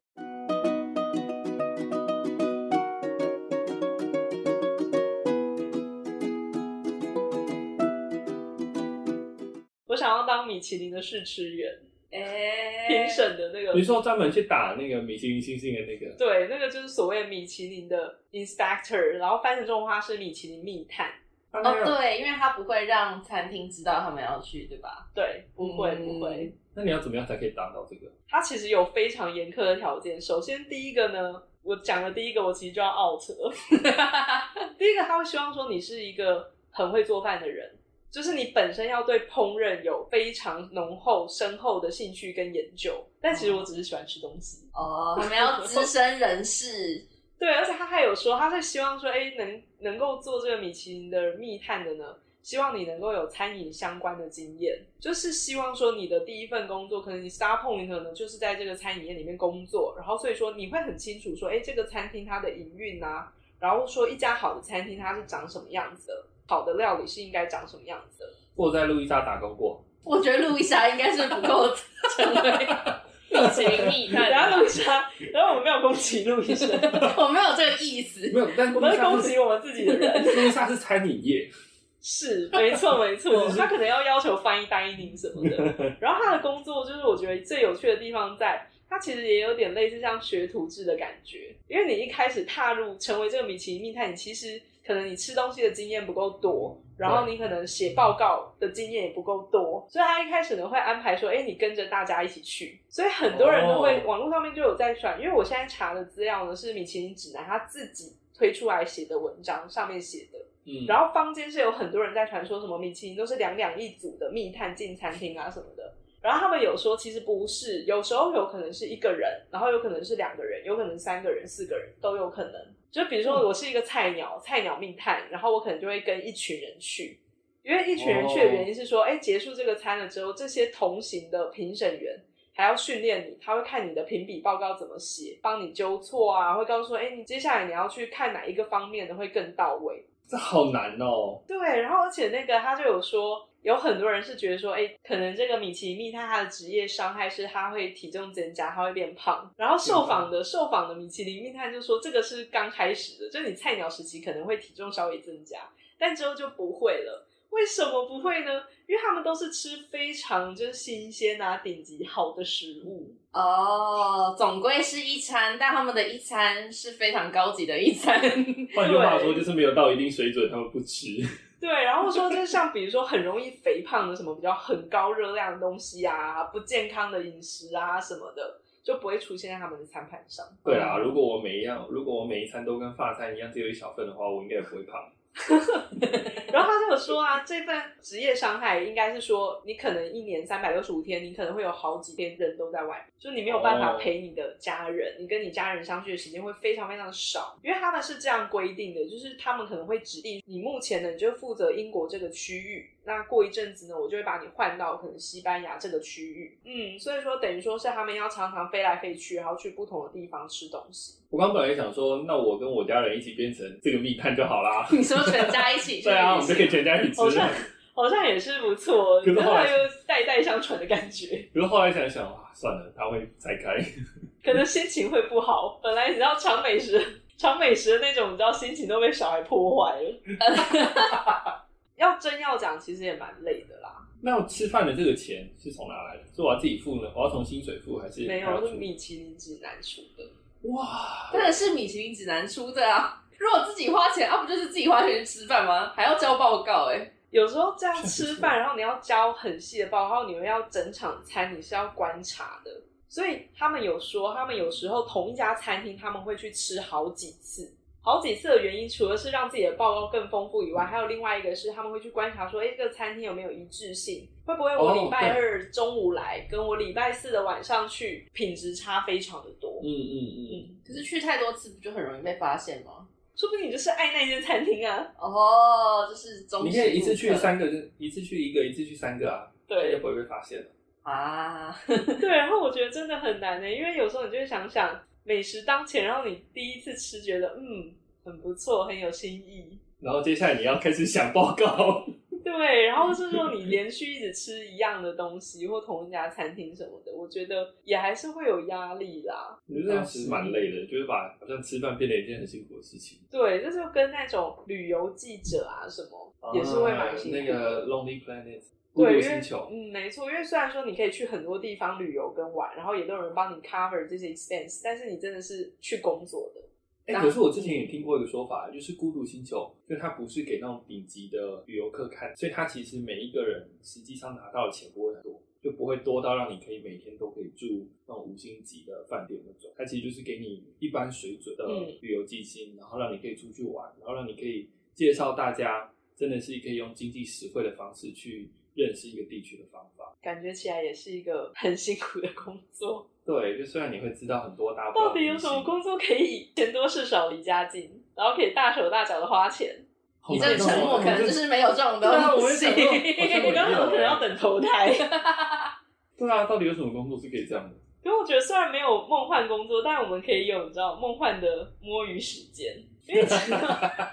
[SPEAKER 1] 我想要当米其林的试吃员，
[SPEAKER 3] 哎，
[SPEAKER 1] 评审的那个
[SPEAKER 2] 你说专门去打那个米其林星星的那个，
[SPEAKER 1] 对，那个就是所谓米其林的 inspector，然后翻成中文话是米其林密探。
[SPEAKER 2] 哦
[SPEAKER 3] 哦，对，因为他不会让餐厅知道他们要去，对吧？
[SPEAKER 1] 对，不会
[SPEAKER 3] 嗯
[SPEAKER 1] 不会，
[SPEAKER 2] 那你要怎么样才可以达到这个？
[SPEAKER 1] 它其实有非常严苛的条件。首先第一个呢，我讲的第一个我其实就要 out 了。 第一个他会希望说你是一个很会做饭的人，就是你本身要对烹饪有非常浓厚深厚的兴趣跟研究。但其实我只是喜欢吃东西。
[SPEAKER 3] 哦，他们要资深人士，
[SPEAKER 1] 对，而且他还有说，他是希望说，哎，能能够做这个米其林的密探的呢，希望你能够有餐饮相关的经验，就是希望说你的第一份工作，可能你 star point 呢，就是在这个餐饮业里面工作，然后所以说你会很清楚说，哎，这个餐厅它的营运啊，然后说一家好的餐厅它是长什么样子的，好的料理是应该长什么样子的。
[SPEAKER 2] 我在路易莎打工过，
[SPEAKER 3] 我觉得路易莎应该是不够成为米其林
[SPEAKER 1] 等一
[SPEAKER 3] 密
[SPEAKER 1] 下
[SPEAKER 3] 探
[SPEAKER 1] 录一下，然后我们没有攻击录医生，
[SPEAKER 3] 的，我没有这个意思。
[SPEAKER 2] 没有，但
[SPEAKER 1] 我们在攻击我们自己的 人。
[SPEAKER 2] 路易莎是餐饮业，
[SPEAKER 1] 是，没错没错，他可能要要求翻译 dining 什么的。然后他的工作就是我觉得最有趣的地方在，他其实也有点类似像学徒制的感觉，因为你一开始踏入成为这个米其林密探，你其实可能你吃东西的经验不够多，然后你可能写报告的经验也不够多，所以他一开始呢会安排说，哎，你跟着大家一起去。所以很多人都会
[SPEAKER 2] 哦
[SPEAKER 1] 网络上面就有在传，因为我现在查的资料呢是米其林指南他自己推出来写的文章上面写的。
[SPEAKER 2] 嗯，
[SPEAKER 1] 然后坊间是有很多人在传说什么米其林都是两两一组的密探进餐厅啊什么的，然后他们有说其实不是，有时候有可能是一个人，然后有可能是两个人，有可能三个人、四个人都有可能。就比如说我是一个菜鸟，菜鸟密探，然后我可能就会跟一群人去，因为一群人去的原因是说，哎、结束这个餐了之后，这些同行的评审员还要训练你，他会看你的评比报告怎么写，帮你纠错啊，会告诉说，哎、你接下来你要去看哪一个方面的会更到位。
[SPEAKER 2] 这好难哦，
[SPEAKER 1] 对，然后而且那个他就有说，有很多人是觉得说，哎，可能这个米其林密探他的职业伤害是他会体重增加，他会变胖。然后受访的受访的米其林密探就说，这个是刚开始的，就你菜鸟时期可能会体重稍微增加，但之后就不会了。为什么不会呢？因为他们都是吃非常就是新鲜啊、顶级好的食物。
[SPEAKER 3] 哦，总归是一餐，但他们的一餐是非常高级的一餐。
[SPEAKER 2] 换句话说就是没有到一定水准，他们不吃。
[SPEAKER 1] 对，然后说就是像比如说很容易肥胖的什么比较很高热量的东西啊，不健康的饮食啊什么的，就不会出现在他们的餐盘上。
[SPEAKER 2] 对啊，如果我每一样，如果我每一餐都跟法餐一样只有一小份的话，我应该也不会胖。
[SPEAKER 1] 然后他就有说啊，这份职业伤害应该是说，你可能一年三百六十五天，你可能会有好几天人都在外面，就你没有办法
[SPEAKER 2] 哦
[SPEAKER 1] 陪你的家人，你跟你家人相聚的时间会非常非常少，因为他们是这样规定的，就是他们可能会指定你目前呢，你就负责英国这个区域，那过一阵子呢，我就会把你换到可能西班牙这个区域，嗯，所以说等于说是他们要常常飞来飞去，然后去不同的地方吃东西。
[SPEAKER 2] 我刚本来也想说，那我跟我家人一起变成这个密探就好啦。啊
[SPEAKER 3] 你说全家一起去？
[SPEAKER 2] 对啊，我们就可以全家一起吃
[SPEAKER 1] 我是
[SPEAKER 2] 了。
[SPEAKER 1] 好像也是不错，
[SPEAKER 2] 可是
[SPEAKER 1] 然
[SPEAKER 2] 后
[SPEAKER 1] 后
[SPEAKER 2] 来
[SPEAKER 1] 又代代相传的感觉，
[SPEAKER 2] 可是后来想一想啊，算了，他会拆开。
[SPEAKER 1] 可能心情会不好。 本来你知道尝美食， 尝美食的那种，你知道心情都被小孩破坏了。 要真要讲，其实也蛮累的啦。
[SPEAKER 2] 那我吃饭的这个钱是从哪来的？是我要自己付呢？我要从薪水付还是
[SPEAKER 1] 没
[SPEAKER 2] 还要
[SPEAKER 1] 有，是
[SPEAKER 2] 出
[SPEAKER 1] 米其林指南出的。
[SPEAKER 2] 哇，
[SPEAKER 3] 但是米其林指南出的啊，如果自己花钱，啊不就是自己花钱去吃饭吗？还要交报告哎、
[SPEAKER 1] 有时候这样吃饭，然后你要教很细的包，然后你们要整场餐，你是要观察的。所以他们有说，他们有时候同一家餐厅他们会去吃好几次，好几次的原因，除了是让自己的报告更丰富以外，还有另外一个是他们会去观察说，哎、这个餐厅有没有一致性，会不会我礼拜二中午来，跟我礼拜四的晚上去，品质差非常的多
[SPEAKER 2] 嗯。嗯嗯，
[SPEAKER 1] 嗯，
[SPEAKER 3] 可是去太多次不就很容易被发现吗？
[SPEAKER 1] 说不定你就是爱那间餐厅啊。
[SPEAKER 3] 哦，就是中
[SPEAKER 2] 你
[SPEAKER 3] 式
[SPEAKER 2] 可以一次
[SPEAKER 3] 顾
[SPEAKER 2] 去
[SPEAKER 3] 客
[SPEAKER 2] 三个，一次去一个，一次去三个啊，
[SPEAKER 1] 对
[SPEAKER 2] 就，不会被发现了。
[SPEAKER 3] 啊，
[SPEAKER 1] 对，然后我觉得真的很难呢、欸因为有时候你就会想想美食当前，然后你第一次吃觉得嗯很不错，很有新意，
[SPEAKER 2] 然后接下来你要开始想报告，
[SPEAKER 1] 对，然后是说你连续一直吃一样的东西或同一家餐厅什么的，我觉得也还是会有压力啦。
[SPEAKER 2] 我觉得这样其实蛮累的，就是把好像吃饭变成一件很辛苦的事情。
[SPEAKER 1] 对，这就跟那种旅游记者啊什么也是会蛮辛苦
[SPEAKER 2] 啊那
[SPEAKER 1] 的。
[SPEAKER 2] 个 Lonely Planet 孤
[SPEAKER 1] 对，
[SPEAKER 2] 独
[SPEAKER 1] 因为
[SPEAKER 2] 星球，
[SPEAKER 1] 嗯，没错，因为虽然说你可以去很多地方旅游跟玩，然后也都有人帮你 cover 这些 expense，但是你真的是去工作的。
[SPEAKER 2] 哎、可是我之前也听过一个说法，就是孤独星球，就它不是给那种顶级的旅游客看，所以它其实每一个人实际上拿到的钱不会很多，就不会多到让你可以每天都可以住那种五星级的饭店那种。它其实就是给你一般水准的
[SPEAKER 1] 嗯
[SPEAKER 2] 旅游基金，然后让你可以出去玩，然后让你可以介绍大家，真的是可以用经济实惠的方式去认识一个地区的方法。
[SPEAKER 1] 感觉起来也是一个很辛苦的工作。
[SPEAKER 2] 对，就虽然你会知道很多大，
[SPEAKER 1] 到底有什么工作可以钱多事少离家近，然后可以大手大脚的花钱？
[SPEAKER 2] 好
[SPEAKER 3] 你
[SPEAKER 2] 难
[SPEAKER 3] 这
[SPEAKER 2] 哦？
[SPEAKER 3] 个沉默可能就是没有这种
[SPEAKER 2] 对啊，
[SPEAKER 3] 东
[SPEAKER 2] 我也
[SPEAKER 3] 西
[SPEAKER 2] 想。说，我
[SPEAKER 1] 我刚刚有可能要等投胎。
[SPEAKER 2] 对啊，到底有什么工作是可以这样的？
[SPEAKER 1] 可我觉得虽然没有梦幻工作，但我们可以有你知道梦幻的摸鱼时间，因为真的，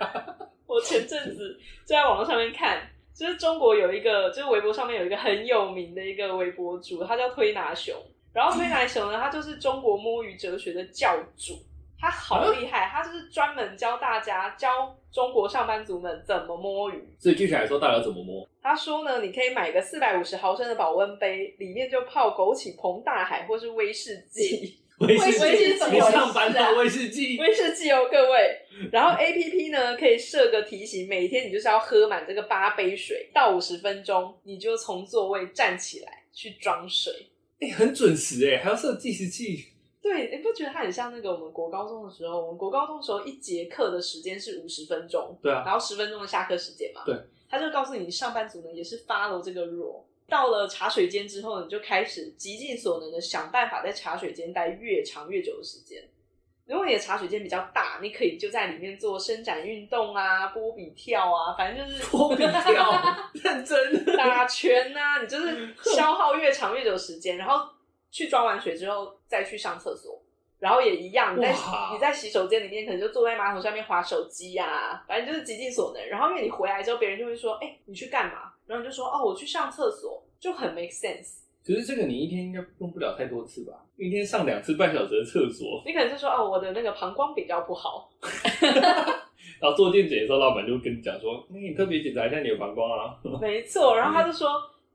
[SPEAKER 1] 我前阵子就在网络上面看。就是中国有一个，就是微博上面有一个很有名的一个微博主，他叫推拿熊。然后推拿熊呢，他就是中国摸鱼哲学的教主，他好厉害，他就是专门教大家教中国上班族们怎么摸鱼。
[SPEAKER 2] 所以具体来说，大家怎么摸？
[SPEAKER 1] 他说呢，你可以买个四百五十毫升的保温杯，里面就泡枸杞、膨大海或是威士忌，
[SPEAKER 2] 威
[SPEAKER 3] 士忌威士忌怎么
[SPEAKER 2] 你
[SPEAKER 3] 回事啊
[SPEAKER 2] 上班的威士忌，
[SPEAKER 1] 威士忌哦，各位。然后 A P P 呢，可以设个提醒，每天你就是要喝满这个八杯水，到五十分钟你就从座位站起来去装水。
[SPEAKER 2] 哎、很准时哎，还要设计时器。
[SPEAKER 1] 对，你不觉得它很像那个我们国高中的时候？我们国高中的时候，一节课的时间是五十分钟，
[SPEAKER 2] 对 啊，
[SPEAKER 1] 然后十分钟的下课时间嘛。
[SPEAKER 2] 对，
[SPEAKER 1] 他就告诉你，上班族呢也是 follow 这个 rule。到了茶水间之后，你就开始极尽所能的想办法在茶水间待越长越久的时间。如果你的茶水间比较大，你可以就在里面做伸展运动啊、波比跳啊，反正 就是
[SPEAKER 2] 波比跳，认真。
[SPEAKER 1] 打拳呐、你就是消耗越长越久的时间，然后去装完水之后再去上厕所，然后也一样，你在
[SPEAKER 2] 哇
[SPEAKER 1] 你在洗手间里面可能就坐在马桶上面划手机呀、反正就是极尽所能。然后因为你回来之后，别人就会说：“哎、你去干嘛？”然后你就说：“哦，我去上厕所。”就很 make sense。
[SPEAKER 2] 可是这个你一天应该用不了太多次吧？一天上两次半小时的厕所，
[SPEAKER 1] 你可能就说：“哦，我的那个膀胱比较不好。
[SPEAKER 2] 然后做健检的时候，老板就会跟你讲说：“哎那、你特别检查一下你的膀胱啊。””
[SPEAKER 1] 没错，然后他就说。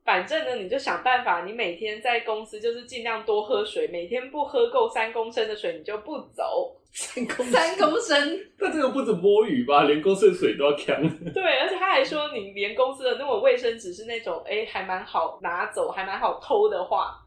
[SPEAKER 1] 反正呢，你就想办法，你每天在公司就是尽量多喝水，每天不喝够三公升的水，你就不走。
[SPEAKER 2] 三公
[SPEAKER 3] 三，公升，
[SPEAKER 2] 那这个不止摸鱼吧，连公司的水都要扛。
[SPEAKER 1] 对，而且他还说，你连公司的那种卫生纸是那种，哎、还蛮好拿走，还蛮好偷的话，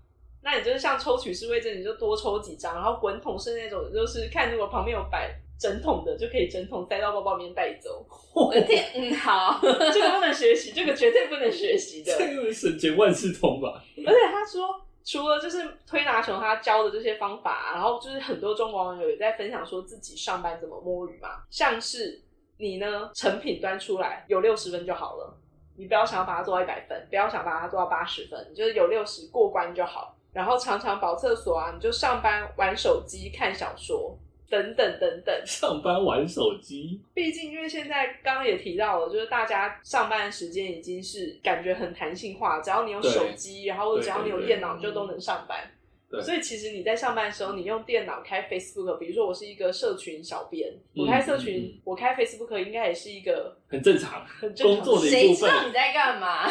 [SPEAKER 1] 那你就是像抽取式卫生纸，你就多抽几张，然后滚筒是那种，就是看如果旁边有摆整桶的，就可以整桶塞到包包里面带走。
[SPEAKER 3] 我的天，嗯，好，
[SPEAKER 1] 这个不能学习，这个绝对不能学习的。
[SPEAKER 2] 这个省钱万事通吧？
[SPEAKER 1] 而且他说，除了就是推拿熊他教的这些方法啊、然后就是很多中国网友也在分享说自己上班怎么摸鱼嘛，像是你呢成品端出来有六十分就好了，你不要想要把它做到一百分，不要想把它做到八十分，你就是有六十过关就好。然后常常保厕所啊，你就上班玩手机、看小说，等等等等。
[SPEAKER 2] 上班玩手机，
[SPEAKER 1] 毕竟因为现在刚刚也提到了，就是大家上班时间已经是感觉很弹性化，只要你有
[SPEAKER 2] 对
[SPEAKER 1] 手机，然后只要你有
[SPEAKER 2] 对对对
[SPEAKER 1] 电脑，你就都能上班。
[SPEAKER 2] 对
[SPEAKER 1] 所以其实你在上班的时候，你用电脑开 Facebook，比如说我是一个社群小编，
[SPEAKER 2] 嗯
[SPEAKER 1] 我开社群，
[SPEAKER 2] 嗯
[SPEAKER 1] 我开 Facebook 应该也是一个
[SPEAKER 2] 很正常。
[SPEAKER 1] 很正常
[SPEAKER 2] 工作的一
[SPEAKER 3] 谁
[SPEAKER 2] 部
[SPEAKER 3] 知道你
[SPEAKER 2] 分，
[SPEAKER 3] 在干嘛？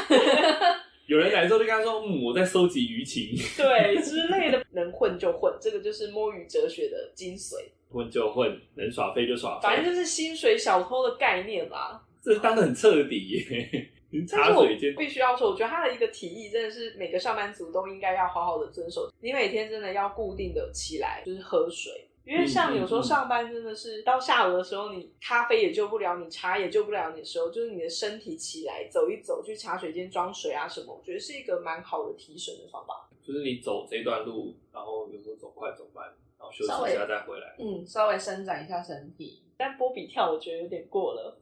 [SPEAKER 2] 有人来之后就跟他说：“嗯，我在收集舆情，
[SPEAKER 1] 对之类的，能混就混，这个就是摸鱼哲学的精髓，
[SPEAKER 2] 混就混，能耍废就耍
[SPEAKER 1] 反
[SPEAKER 2] 废。
[SPEAKER 1] 正就是薪水小偷的概念吧。”
[SPEAKER 2] 这是当的很彻底 耶，你
[SPEAKER 1] 但
[SPEAKER 2] 茶
[SPEAKER 1] 是我
[SPEAKER 2] 水间
[SPEAKER 1] 必须要说，我觉得他的一个提议真的是每个上班族都应该要好好的遵守。你每天真的要固定的起来，就是喝水。因为像有时候上班真的是到下午的时候，你咖啡也救不了你，茶也救不了你的时候，就是你的身体起来走一走，去茶水间装水啊什么，我觉得是一个蛮好的提神的方法。
[SPEAKER 2] 就是你走这段路，然后有时候走快走慢，然后休息
[SPEAKER 3] 稍微
[SPEAKER 2] 一下再回来。
[SPEAKER 3] 嗯，稍微伸展一下身体。
[SPEAKER 1] 但波比跳我觉得有点过了，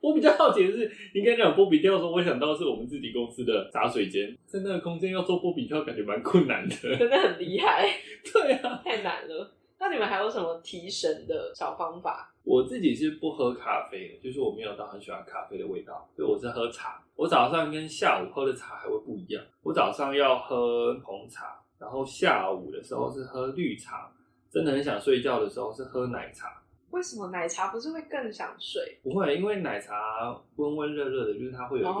[SPEAKER 2] 我比较好奇的是，你刚才讲波比跳的时候，我想到是我们自己公司的茶水间，在那个空间要做波比跳，感觉蛮困 难的。
[SPEAKER 1] 真的很厉害，
[SPEAKER 2] 对啊，
[SPEAKER 1] 太难了。那你们还有什么提神的小方法？
[SPEAKER 2] 我自己是不喝咖啡的，就是我没有到很喜欢咖啡的味道，所以我是喝茶。我早上跟下午喝的茶还会不一样，我早上要喝红茶，然后下午的时候是喝绿茶，真的很想睡觉的时候是喝奶茶。
[SPEAKER 1] 为什么奶茶不是会更想睡？
[SPEAKER 2] 不会，因为奶茶温温热热的，就是它会有一
[SPEAKER 1] 哦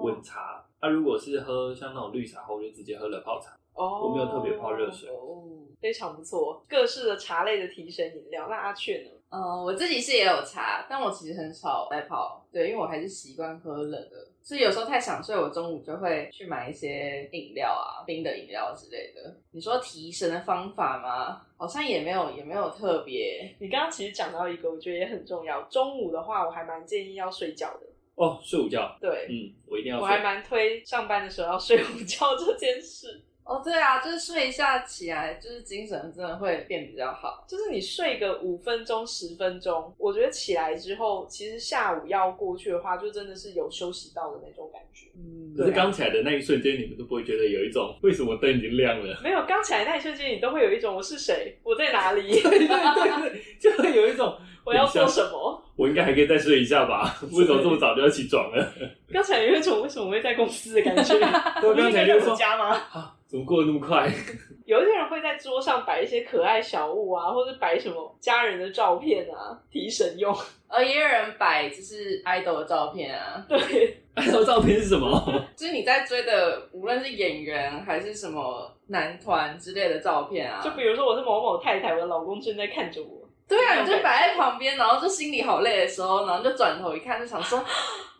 [SPEAKER 2] 个温差。那、如果是喝像那种绿茶，我就直接喝冷泡茶。
[SPEAKER 1] 哦，
[SPEAKER 2] 我没有特别泡热水
[SPEAKER 3] 哦，
[SPEAKER 1] 非常不错，各式的茶类的提神饮料。那阿雀呢？
[SPEAKER 3] 嗯，我自己是也有茶，但我其实很少在泡，对，因为我还是习惯喝冷的，所以有时候太想睡，我中午就会去买一些饮料啊，冰的饮料之类的。你说提神的方法吗？好像也没有，也没有特别。
[SPEAKER 1] 你刚刚其实讲到一个，我觉得也很重要。中午的话，我还蛮建议要睡觉的。
[SPEAKER 2] 哦，睡午觉，
[SPEAKER 1] 对，
[SPEAKER 2] 嗯，我一定要
[SPEAKER 1] 我还
[SPEAKER 2] 睡。
[SPEAKER 1] 蛮推上班的时候要睡午觉这件事。
[SPEAKER 3] 哦，对啊，就是睡一下起来，就是精神真的会变比较好。
[SPEAKER 1] 就是你睡个五分钟、十分钟，我觉得起来之后，其实下午要过去的话，就真的是有休息到的那种感觉。
[SPEAKER 3] 嗯
[SPEAKER 2] 可是刚起来的那一瞬间，你们都不会觉得有一种为什么灯已经亮了？
[SPEAKER 1] 没有，刚起来那一瞬间，你都会有一种我是谁，我在哪 里，
[SPEAKER 2] 对对对， 就会有一种
[SPEAKER 1] 我要做什么。
[SPEAKER 2] 我应该还可以再睡一下 吧？为什么这么早就要起床了？
[SPEAKER 1] 刚才有一种为什么会在公司的感觉，
[SPEAKER 2] 对
[SPEAKER 1] 我不是
[SPEAKER 2] 刚
[SPEAKER 1] 应
[SPEAKER 2] 才
[SPEAKER 1] 该
[SPEAKER 2] 就
[SPEAKER 1] 在
[SPEAKER 2] 说
[SPEAKER 1] 我家吗？
[SPEAKER 2] 啊，怎么过得那么快？
[SPEAKER 1] 有一些人会在桌上摆一些可爱小物啊，或者摆什么家人的照片啊，提神用。
[SPEAKER 3] 呃，也有人摆就是 idol 的照片啊，
[SPEAKER 1] 对，
[SPEAKER 2] 爱哎照照片是什么？
[SPEAKER 3] 就是你在追的，无论是演员还是什么男团之类的照片啊，
[SPEAKER 1] 就比如说我是某某太太，我的老公正在看着我。
[SPEAKER 3] 对啊，你就摆在旁边，然后就心里好累的时候，然后就转头一看，就想 说，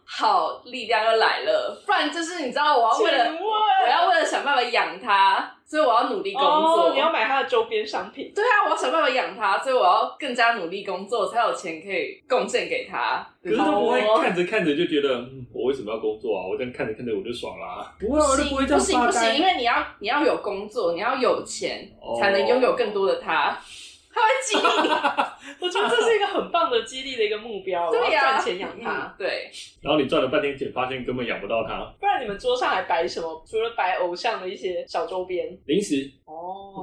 [SPEAKER 3] 好力量又来了。不然就是你知道，我要为了
[SPEAKER 1] 请问
[SPEAKER 3] 我要为了想办法养它，所以我要努力工作。
[SPEAKER 1] 哦，你要买他的周边商品。
[SPEAKER 3] 对啊，我要想办法养它，所以我要更加努力工作，才有钱可以贡献给它。
[SPEAKER 2] 可是都不会
[SPEAKER 3] 好哦
[SPEAKER 2] 看着看着就觉得，嗯，我为什么要工作啊？我这样看着看着我就爽啦、不会
[SPEAKER 3] 不
[SPEAKER 2] 啊，我就
[SPEAKER 3] 行
[SPEAKER 2] 会这样
[SPEAKER 3] 行
[SPEAKER 2] 发
[SPEAKER 3] 不行，因
[SPEAKER 2] 呆。
[SPEAKER 3] 为你要你要有工作，你要有钱，
[SPEAKER 2] 哦
[SPEAKER 3] 才能拥有更多的它。它会激励你，
[SPEAKER 1] 我觉得这是一个很棒的激励的一个目标，我要
[SPEAKER 3] 对呀、
[SPEAKER 1] 赚钱养他。
[SPEAKER 3] 嗯对，
[SPEAKER 2] 然后你赚了半天钱，发现根本养不到它。
[SPEAKER 1] 不然你们桌上还摆什么？除了摆偶像的一些小周边。
[SPEAKER 2] 零食，我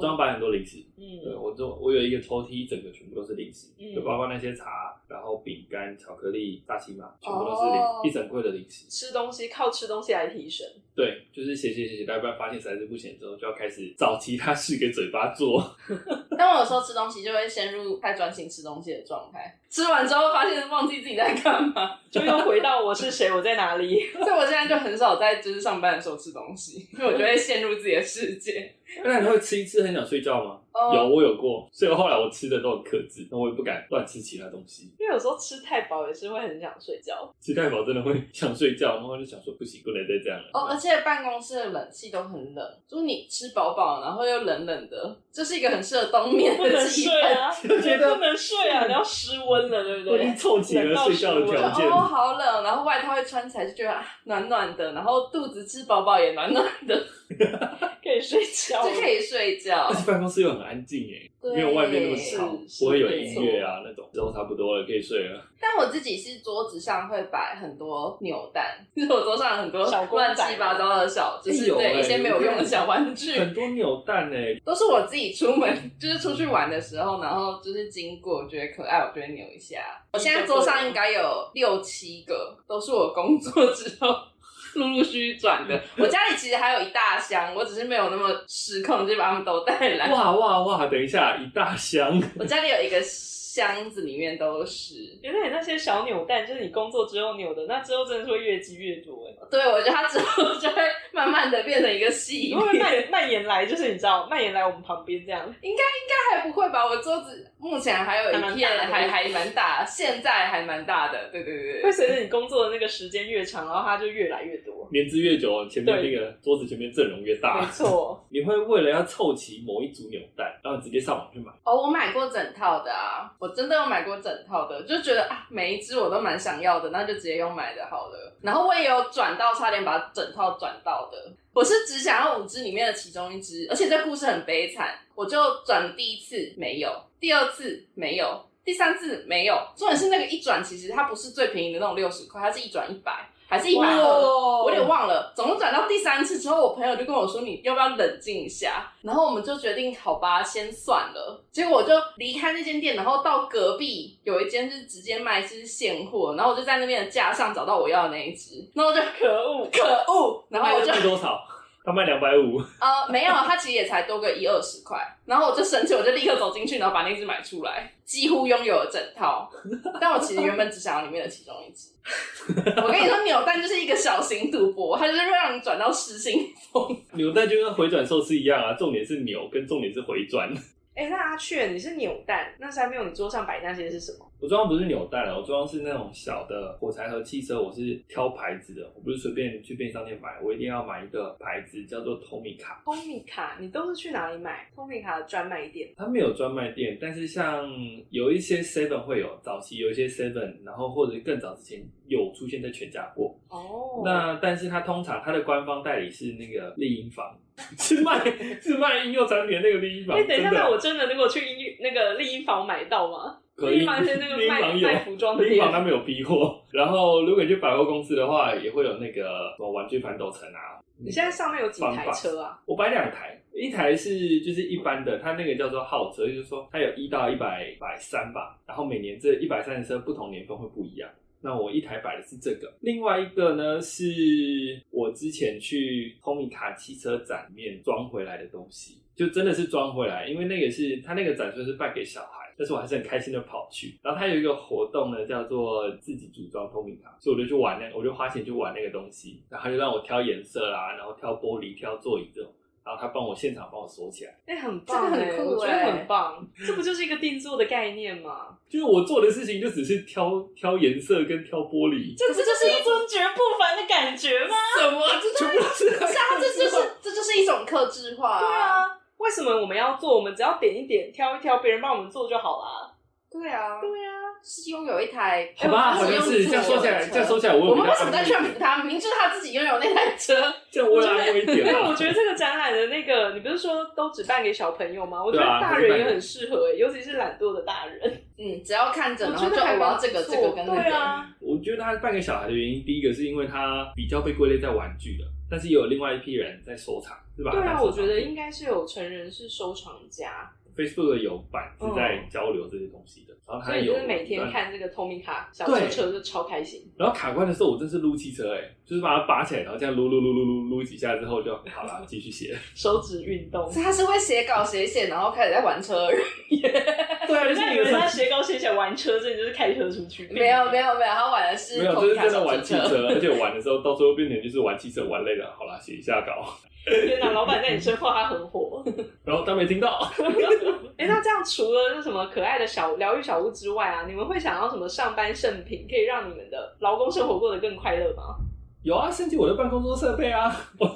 [SPEAKER 1] 哦，
[SPEAKER 2] 桌上摆很多零食。对
[SPEAKER 1] 嗯，
[SPEAKER 2] 我就我有一个抽屉，整个全部都是零食，
[SPEAKER 1] 嗯
[SPEAKER 2] 就包括那些茶，然后饼干、巧克力、大西玛，全部都是零、
[SPEAKER 3] 哦
[SPEAKER 2] 一整柜的零食。
[SPEAKER 1] 吃东西靠吃东西来提神。
[SPEAKER 2] 对，就是写写写写到一半，发现实在是不行之后，就要开始找其他事给嘴巴做。
[SPEAKER 3] 但我有时候吃东西就会陷入太专心吃东西的状态，吃完之后发现忘记自己在干嘛，
[SPEAKER 1] 就又回到我是谁，我在哪里？
[SPEAKER 3] 所以我现在就很少在就是上班的时候吃东西， 因为我就会陷入自己的世界。
[SPEAKER 2] 那你会吃一次很想睡觉吗？有，我有过，所以后来我吃的都很克制，那我也不敢乱吃其他东西。
[SPEAKER 1] 因为有时候吃太饱也是会很想睡觉。
[SPEAKER 2] 吃太饱真的会 想睡觉，然后就想说不行，不能再这样了。
[SPEAKER 3] 哦，而且办公室的冷气都很冷，就是你吃饱饱，然后又冷冷的，这是一个很适合冬眠
[SPEAKER 1] 不能
[SPEAKER 3] 的气
[SPEAKER 1] 睡
[SPEAKER 3] 氛。
[SPEAKER 1] 啊，
[SPEAKER 2] 就觉得
[SPEAKER 1] 不能睡啊，你要失温了，对不
[SPEAKER 2] 我已经
[SPEAKER 1] 对？
[SPEAKER 2] 凑齐了睡觉的
[SPEAKER 3] 就
[SPEAKER 2] 条件。
[SPEAKER 3] 哦，好 冷，然后外套会穿起 来就觉得啊暖暖的，然后肚子吃饱饱也暖暖的，
[SPEAKER 1] 可以睡觉。
[SPEAKER 3] 就可以睡觉
[SPEAKER 2] 而。且办公室又很安静耶，
[SPEAKER 3] 对
[SPEAKER 2] 没有外面那么吵，
[SPEAKER 1] 是
[SPEAKER 2] 不会有
[SPEAKER 1] 是
[SPEAKER 2] 音乐啊那种，之后差不多了，可以睡了。
[SPEAKER 3] 但我自己是桌子上会摆很多扭蛋，就是我桌上有很多
[SPEAKER 1] 小公仔
[SPEAKER 3] 乱七八糟的小，就是
[SPEAKER 2] 哎有
[SPEAKER 3] 对
[SPEAKER 2] 哎
[SPEAKER 3] 一些没有用的小玩具，
[SPEAKER 2] 很多扭蛋哎，
[SPEAKER 3] 都是我自己出门，就是出去玩的时候，然后就是经过，我觉得可爱，我就会扭一下。我现在桌上应该有六七个，都是我工作之后陆陆续续转的。我家里其实还有一大箱，我只是没有那么失控，就把它们都带来。
[SPEAKER 2] 哇哇哇！等一下，一大箱，
[SPEAKER 3] 我家里有一个箱子，里面都是。
[SPEAKER 1] 原来你那些小扭蛋就是你工作之后扭的，那之后真的是会越积越多 哎。
[SPEAKER 3] 对，我觉得它之后就会慢慢的变成一个系
[SPEAKER 1] 你
[SPEAKER 3] 列
[SPEAKER 1] 会。不会蔓蔓延来？就是你知道蔓延来我们旁边这 样，
[SPEAKER 3] 应该还不会吧？我桌子目前还有
[SPEAKER 1] 还
[SPEAKER 3] 一
[SPEAKER 1] 蛮
[SPEAKER 3] 片
[SPEAKER 1] 大的
[SPEAKER 3] 还还蛮大，现在还蛮大的。对对对对
[SPEAKER 1] 会随着你工作的那个时间越长，然后它就越来越 多。
[SPEAKER 2] 年资越久，前面那个桌子前面阵容越
[SPEAKER 1] 没
[SPEAKER 2] 大。
[SPEAKER 1] 错，
[SPEAKER 2] 你会为了要凑齐某一组扭蛋，然后直接上网去买，
[SPEAKER 3] 哦，我买过整套的啊，我真的有买过整套的，就觉得啊，每一只我都蛮想要的，那就直接用买的好了。然后我也有转到，差点把整套转到的。我是只想要五只里面的其中一只，而且这故事很悲惨，我就转第一次没有，第二次没有，第三次没有。重点是那个一转，其实它不是最便宜的那种六十块，它是一转一百，还
[SPEAKER 1] 哎
[SPEAKER 3] 是一百二。
[SPEAKER 1] 哦
[SPEAKER 3] 我有点忘了，总共转到第三次之后，我朋友就跟我说：“你要不要冷静一下？”然后我们就决定，好吧，先算了。结果我就离开那间店，然后到隔壁有一间是直接卖是现货，然后我就在那边的架上找到我要的那一只，然后我就
[SPEAKER 1] 可恶，
[SPEAKER 3] 可恶，然后我就
[SPEAKER 2] 卖多少？他卖两百五，
[SPEAKER 3] 呃没有，它其实也才多个一二十块，然后我就生气，我就立刻走进去，然后把那只买出来，几乎拥有了整套。 但我其实原本只想要里面的其中一只。我跟你说，扭蛋就是一个小型赌博，它就是会让你转到失心疯。
[SPEAKER 2] 扭蛋就跟回转寿司一样啊，重点是扭，跟重点是回转。
[SPEAKER 1] 哎、那阿雀你是扭蛋，那三六你桌上摆那些是什么？
[SPEAKER 2] 我桌上不是扭蛋了，啊我桌上是那种小的火柴盒汽车，我是挑牌子的，我不是随便去便利商店买，我一定要买一个牌子叫做 Tomica，
[SPEAKER 1] 托米卡，你都是去哪里买？托米卡的专卖店，
[SPEAKER 2] 它没有专卖店，但是像有一些 Seven 会有，早期有一些 Seven，然后或者更早之前有出现在全家过。
[SPEAKER 1] 哦
[SPEAKER 2] 那但是它通常它的官方代理是那个丽婴房， 是卖是卖婴幼产品的那个丽婴房。
[SPEAKER 1] 哎、等一下，
[SPEAKER 2] 真的
[SPEAKER 1] 那我真的如果去英那个丽婴房买到吗？
[SPEAKER 2] 可
[SPEAKER 1] 丽
[SPEAKER 2] 以
[SPEAKER 1] 婴房是那个
[SPEAKER 2] 丽婴
[SPEAKER 1] 卖
[SPEAKER 2] 房有
[SPEAKER 1] 卖服装的
[SPEAKER 2] 丽婴
[SPEAKER 1] 店
[SPEAKER 2] 房他们有逼货，然后如果你去百货公司的话，也会有那个什么玩具反斗城啊。
[SPEAKER 1] 你现在上面有几台车啊？
[SPEAKER 2] 我摆两台，一台是就是一般的，它那个叫做号车，就是说它有一到一百百三吧，然后每年这一百三十车不同年份会不一样。那我一台摆的是这个，另外一个呢是我之前去 Tomica 汽车展里面装回来的东西，就真的是装回来，因为那个是它那个展虽然是办给小孩，但是我还是很开心的跑去。然后它有一个活动呢，叫做自己组装 Tomica，所以我就去玩那，我就花钱去玩那个东西，然后它就让我挑颜色啦，然后挑玻璃、挑座椅这种，然后他帮我现场帮我锁起来。
[SPEAKER 1] 哎、很棒、
[SPEAKER 3] 这
[SPEAKER 1] 欸，
[SPEAKER 3] 个很酷
[SPEAKER 1] 我觉
[SPEAKER 3] 欸
[SPEAKER 1] 得很棒。这不就是一个定做的概念吗？
[SPEAKER 2] 就是我做的事情就只是挑挑颜色跟挑玻璃，
[SPEAKER 1] 这不就是一种绝不凡的感觉吗？
[SPEAKER 3] 什么？这
[SPEAKER 2] 全部都是
[SPEAKER 1] 哎
[SPEAKER 3] 是啊，这就是这就是一种克制化、
[SPEAKER 1] 对，啊，为什么我们要做？我们只要点一点，挑一挑，别人帮我们做就好啦。
[SPEAKER 3] 对啊，
[SPEAKER 1] 对啊，
[SPEAKER 3] 是拥有一台，
[SPEAKER 2] 好吧，
[SPEAKER 3] 哎
[SPEAKER 2] 好
[SPEAKER 3] 我
[SPEAKER 2] 像
[SPEAKER 3] 们
[SPEAKER 2] 是这样说起来，这样说起来，我
[SPEAKER 3] 我
[SPEAKER 2] 有比
[SPEAKER 3] 们
[SPEAKER 2] 较
[SPEAKER 3] 为什么在
[SPEAKER 2] 安慰
[SPEAKER 3] 劝
[SPEAKER 2] 一
[SPEAKER 3] 服
[SPEAKER 2] 点
[SPEAKER 3] 他？明明就是他自己拥有那台车，
[SPEAKER 2] 这样我有安慰一点
[SPEAKER 1] 没有，
[SPEAKER 2] 啦。
[SPEAKER 1] 我觉得这个展览的那个，你不是说都只办给小朋友吗？我觉
[SPEAKER 2] 对
[SPEAKER 1] 得
[SPEAKER 2] 啊
[SPEAKER 1] 大人也很适合、欸，尤其是懒惰的大人。
[SPEAKER 3] 嗯，只要看着，
[SPEAKER 1] 我
[SPEAKER 3] 然后
[SPEAKER 1] 觉
[SPEAKER 3] 就哦
[SPEAKER 1] 得还
[SPEAKER 3] 我要
[SPEAKER 1] 蛮
[SPEAKER 3] 这个
[SPEAKER 1] 不
[SPEAKER 3] 这个
[SPEAKER 1] 错
[SPEAKER 3] 跟那
[SPEAKER 1] 对
[SPEAKER 3] 个，
[SPEAKER 1] 啊，
[SPEAKER 2] 我觉得他办给小孩的原因，第一个是因为他比较被归类在玩具了，但是也有另外一批人在收藏，是吧？
[SPEAKER 1] 对啊，我觉得应
[SPEAKER 2] 该
[SPEAKER 1] 该是有成人是收藏家，
[SPEAKER 2] Facebook 有版是在交流这些东西的，然后
[SPEAKER 1] 嗯所
[SPEAKER 2] 他
[SPEAKER 1] 以就
[SPEAKER 2] 有
[SPEAKER 1] 是每天看这个 Tomica 小车车就超开心。
[SPEAKER 2] 然后卡关的时候，我真是撸汽车哎、就是把它拔起来，然后这样撸撸撸撸撸撸几下之后就好了，继 续写。
[SPEAKER 1] 手指运动。
[SPEAKER 3] 所以他是会写稿写一写，然后开始在玩车而 已。
[SPEAKER 2] 对啊，
[SPEAKER 1] 那
[SPEAKER 2] 就是
[SPEAKER 1] 你
[SPEAKER 2] 一个
[SPEAKER 1] 们在斜高斜起来玩车，这就是开车出去？
[SPEAKER 3] 没有没有没有，他玩的是
[SPEAKER 2] 没有，
[SPEAKER 3] 同
[SPEAKER 2] 就
[SPEAKER 3] 一
[SPEAKER 2] 是
[SPEAKER 3] 台
[SPEAKER 2] 真
[SPEAKER 3] 小
[SPEAKER 2] 的玩
[SPEAKER 3] 汽
[SPEAKER 2] 汽车，而且玩的时候到最后变成就是玩汽车玩累了，好啦，写一下稿，
[SPEAKER 1] 天哪，老板在你身后他很火。
[SPEAKER 2] 然后他没听到。
[SPEAKER 1] 哎、那这样除了那什么可爱的小疗愈小物之外啊，你们会想要什么上班圣品，可以让你们的劳工生活过得更快乐吗？
[SPEAKER 2] 有啊，升级我的办公桌设备啊，我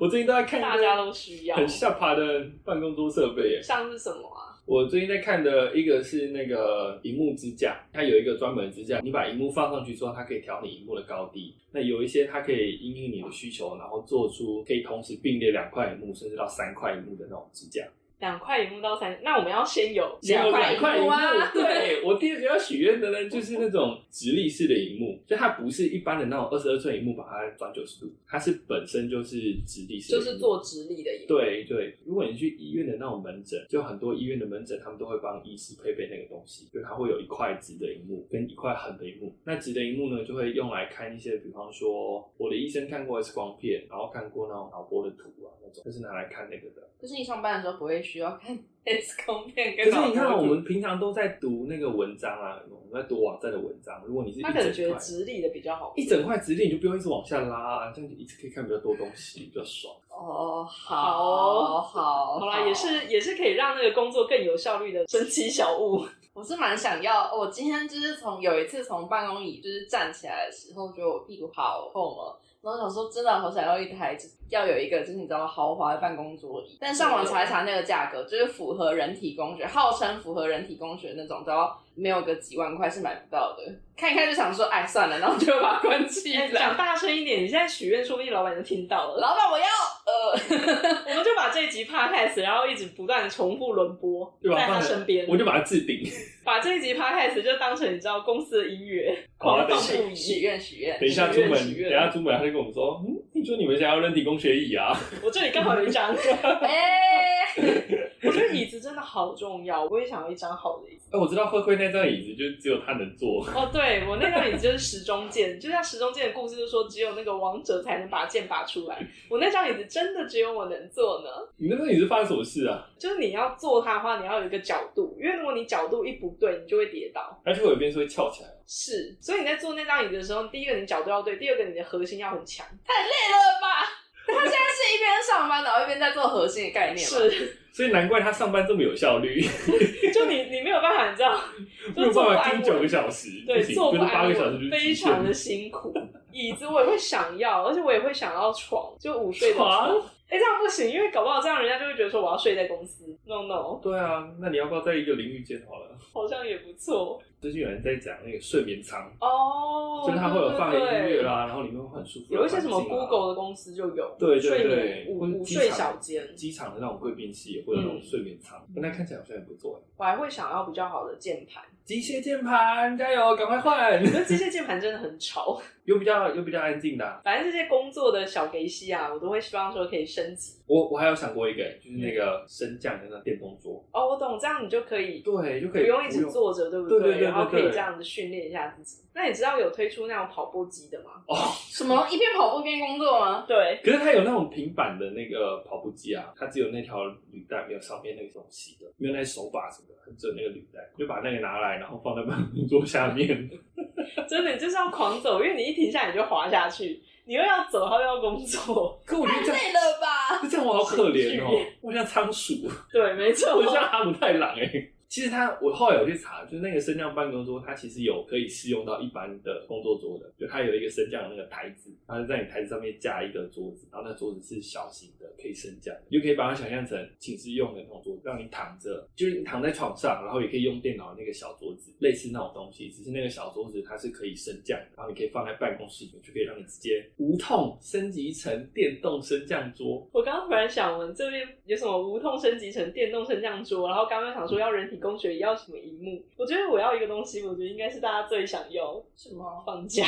[SPEAKER 2] 我最近都在看一个
[SPEAKER 1] 大家都需要。
[SPEAKER 2] 很下爬的办公桌设备耶。
[SPEAKER 1] 像是什么啊？
[SPEAKER 2] 我最近在看的一个是那个荧幕支架，它有一个专门的支架，你把荧幕放上去之后，它可以调你荧幕的高低。那有一些它可以因应你的需求，然后做出可以同时并列两块荧幕，甚至到三块荧幕的那种支架。
[SPEAKER 1] 两块荧幕到三，那我们要先有
[SPEAKER 2] 先有
[SPEAKER 3] 两
[SPEAKER 2] 两
[SPEAKER 3] 块
[SPEAKER 2] 块荧
[SPEAKER 3] 荧幕
[SPEAKER 2] 幕
[SPEAKER 3] 啊，
[SPEAKER 2] 对我第二个要许愿的呢，就是那种直立式的荧幕，就它不是一般的那种二十二寸荧幕，把它转九十度，它是本身就是直立式的
[SPEAKER 3] 就
[SPEAKER 2] 荧幕，
[SPEAKER 3] 是做直立的影。
[SPEAKER 2] 对对，如果你去医院的那种门诊，就很多医院的门诊，他们都会帮医师配备那个东西，就它会有一块直的荧幕跟一块横的荧幕。那直的荧幕呢，就会用来看一些，比方说我的医生看过 X 光片，然后看过那种脑波的图啊那种，就是拿来看那个的。
[SPEAKER 3] 可是你上班的时候不会需要 看 X 光片
[SPEAKER 2] 可
[SPEAKER 3] 跟
[SPEAKER 2] 是
[SPEAKER 3] 脑波
[SPEAKER 2] 你看，
[SPEAKER 3] 图
[SPEAKER 2] 我们平常都在读那个文章啊，我们在读网站的文章。如果你是一
[SPEAKER 1] 他可能觉
[SPEAKER 2] 整
[SPEAKER 1] 得
[SPEAKER 2] 块，
[SPEAKER 1] 直立的比较好。
[SPEAKER 2] 一整块直立，你就不用一直往下拉、啊，这样就一直可以看比较多东西，比较爽。
[SPEAKER 3] 哦，
[SPEAKER 1] 好
[SPEAKER 3] 好
[SPEAKER 1] 哦
[SPEAKER 3] 好，
[SPEAKER 1] 好啦，也。是也是可以让那个工作更有效率的神奇小 物。
[SPEAKER 3] 我是蛮想要，哦我今天就是从有一次从办公椅就是站起来的时候，觉得我屁股好痛哦。然后想说，真的好想要一台，就是要有一个，就是你知道豪华的办公桌椅。但上网查一查那个价格，就是符合人体工学，号称符合人体工学那种，都要没有个几万块是买不到的。看一看就想说，哎，算了，然后就把它关起
[SPEAKER 1] 哎
[SPEAKER 3] 来。
[SPEAKER 2] 啊
[SPEAKER 1] 讲大声一点，你现在许愿，说不定老板就听到 了。
[SPEAKER 3] 老板，我要呃，
[SPEAKER 1] 我们就把这一集 podcast，然后一直不断地重复轮播
[SPEAKER 2] 就把
[SPEAKER 1] 在
[SPEAKER 2] 它
[SPEAKER 1] 他
[SPEAKER 2] 放
[SPEAKER 1] 身边，
[SPEAKER 2] 啊我就把它置 顶。
[SPEAKER 1] 把这一集 podcast 就当成你知道公司的音乐，
[SPEAKER 2] 好啊
[SPEAKER 1] 狂放
[SPEAKER 2] 等
[SPEAKER 1] 不
[SPEAKER 3] 许
[SPEAKER 1] 已。
[SPEAKER 3] 愿许愿。
[SPEAKER 2] 等一下出门，
[SPEAKER 1] 许愿
[SPEAKER 2] 等一下出门，他就跟我们说，嗯，听说你们想要人体工学椅啊？
[SPEAKER 1] 我这里刚好有一张， 我
[SPEAKER 3] 哎、
[SPEAKER 1] 觉得椅子真的好重要，我也想要一张好的椅子。
[SPEAKER 2] 哎、我知道灰灰那张椅子就只有他能坐，
[SPEAKER 1] 哦，对我那张椅子就是时钟剑，就像时钟剑的故事，就说只有那个王者才能把剑拔出来。我那张椅子真的只有我能做呢。
[SPEAKER 2] 你那张椅子发生什么事啊？
[SPEAKER 1] 就是你要做它的话，你要有一个角度，因为如果你角度一不对，你就会跌倒。
[SPEAKER 2] 而且我有边是会翘起来，
[SPEAKER 1] 是，所以你在做那张椅子的时候，第一个你角度要对，第二个你的核心要很强。
[SPEAKER 3] 累了吧？他现在是一边上班，然后一边在做核心的概念嘛。
[SPEAKER 1] 是，
[SPEAKER 2] 所以难怪他上班这么有效率，
[SPEAKER 1] 就你你没有办法，你知道，就
[SPEAKER 2] 没有
[SPEAKER 1] 坐不
[SPEAKER 2] 办法
[SPEAKER 1] 安
[SPEAKER 2] 盯九个
[SPEAKER 1] 稳。
[SPEAKER 2] 小时，
[SPEAKER 1] 对，
[SPEAKER 2] 不行，
[SPEAKER 1] 坐
[SPEAKER 2] 就
[SPEAKER 1] 不
[SPEAKER 2] 是八
[SPEAKER 1] 安
[SPEAKER 2] 个小时
[SPEAKER 1] 稳，
[SPEAKER 2] 就
[SPEAKER 1] 非
[SPEAKER 2] 是极
[SPEAKER 1] 常
[SPEAKER 2] 限
[SPEAKER 1] 的。辛苦。椅子我也会想要，而且我也会想要床，就午睡的床。
[SPEAKER 2] 床
[SPEAKER 1] 哎、这样不行，因为搞不好这样人家就会觉得说我要睡在公司。No No，
[SPEAKER 2] 对啊，那你要不要在一个淋浴间好了？
[SPEAKER 1] 好像也不错
[SPEAKER 2] 最近有人在讲那个睡眠舱，
[SPEAKER 1] 哦。
[SPEAKER 2] 就是它会有放音
[SPEAKER 1] 对对对
[SPEAKER 2] 乐啦，然后里面会很舒服的环境啊。
[SPEAKER 1] 有一些什么 Google 的公司就有，
[SPEAKER 2] 对对
[SPEAKER 1] 睡
[SPEAKER 2] 对，
[SPEAKER 1] 眠
[SPEAKER 2] 或是
[SPEAKER 1] 午午
[SPEAKER 2] 机
[SPEAKER 1] 睡
[SPEAKER 2] 场
[SPEAKER 1] 小间，嗯
[SPEAKER 2] 机场的那种贵宾室也会有那种睡眠舱，但它看起来好像也不错。
[SPEAKER 1] 我还会想要比较好的键盘，
[SPEAKER 2] 机械键盘，加油，赶快换！
[SPEAKER 1] 因为机械键盘真的很吵。
[SPEAKER 2] 有比较有比较安静的啊、
[SPEAKER 1] 反正这些工作的小给息啊，我都会希望说可以升级。
[SPEAKER 2] 我我还有想过一个，就是那个升降的那电动桌，
[SPEAKER 1] 哦，我懂，这样你就可以
[SPEAKER 2] 对，就
[SPEAKER 1] 不
[SPEAKER 2] 可以
[SPEAKER 1] 用一直坐着，对不
[SPEAKER 2] 对对对对
[SPEAKER 1] 然后可以
[SPEAKER 2] 对
[SPEAKER 1] 这样子训练一下自己。那你知道有推出那种跑步机的吗？
[SPEAKER 2] 哦。
[SPEAKER 3] 什么一边跑步一边工作吗？
[SPEAKER 1] 对，
[SPEAKER 2] 可是它有那种平板的那个跑步机啊，它只有那条履带，没有上面那个东西的，没有那手把什么的，它只有那个履带，就把那个拿来，然后放在办公 桌下面。
[SPEAKER 1] 真的你就是要狂走，因为你一停下来你就滑下去，你又要走，然后又要工作。
[SPEAKER 2] 可我觉得这样，
[SPEAKER 3] 累了吧？
[SPEAKER 2] 这样我好可怜哦，我像仓鼠，
[SPEAKER 1] 对，没错
[SPEAKER 2] 我，像哈姆太郎哎、其实它，我后来有去查，就是那个升降办公桌，它其实有可以适用到一般的工作桌的，就它有一个升降的那个台子，它是在你台子上面架一个桌子，然后那桌子是小型的，可以升降的，你就可以把它想象成寝室用的那种桌子，让你躺着，就是你躺在床上，然后也可以用电脑的那个小桌子，类似那种东西，只是那个小桌子它是可以升降的，然后你可以放在办公室里面，就可以让你直接无痛升级成电动升降桌。
[SPEAKER 1] 我刚刚突然想，我们这边有什么无痛升级成电动升降桌，然后刚刚想说要人体工学，也要什么荧幕。我觉得我要一个东西，我觉得应该是大家最想要
[SPEAKER 3] 什么？
[SPEAKER 1] 放假，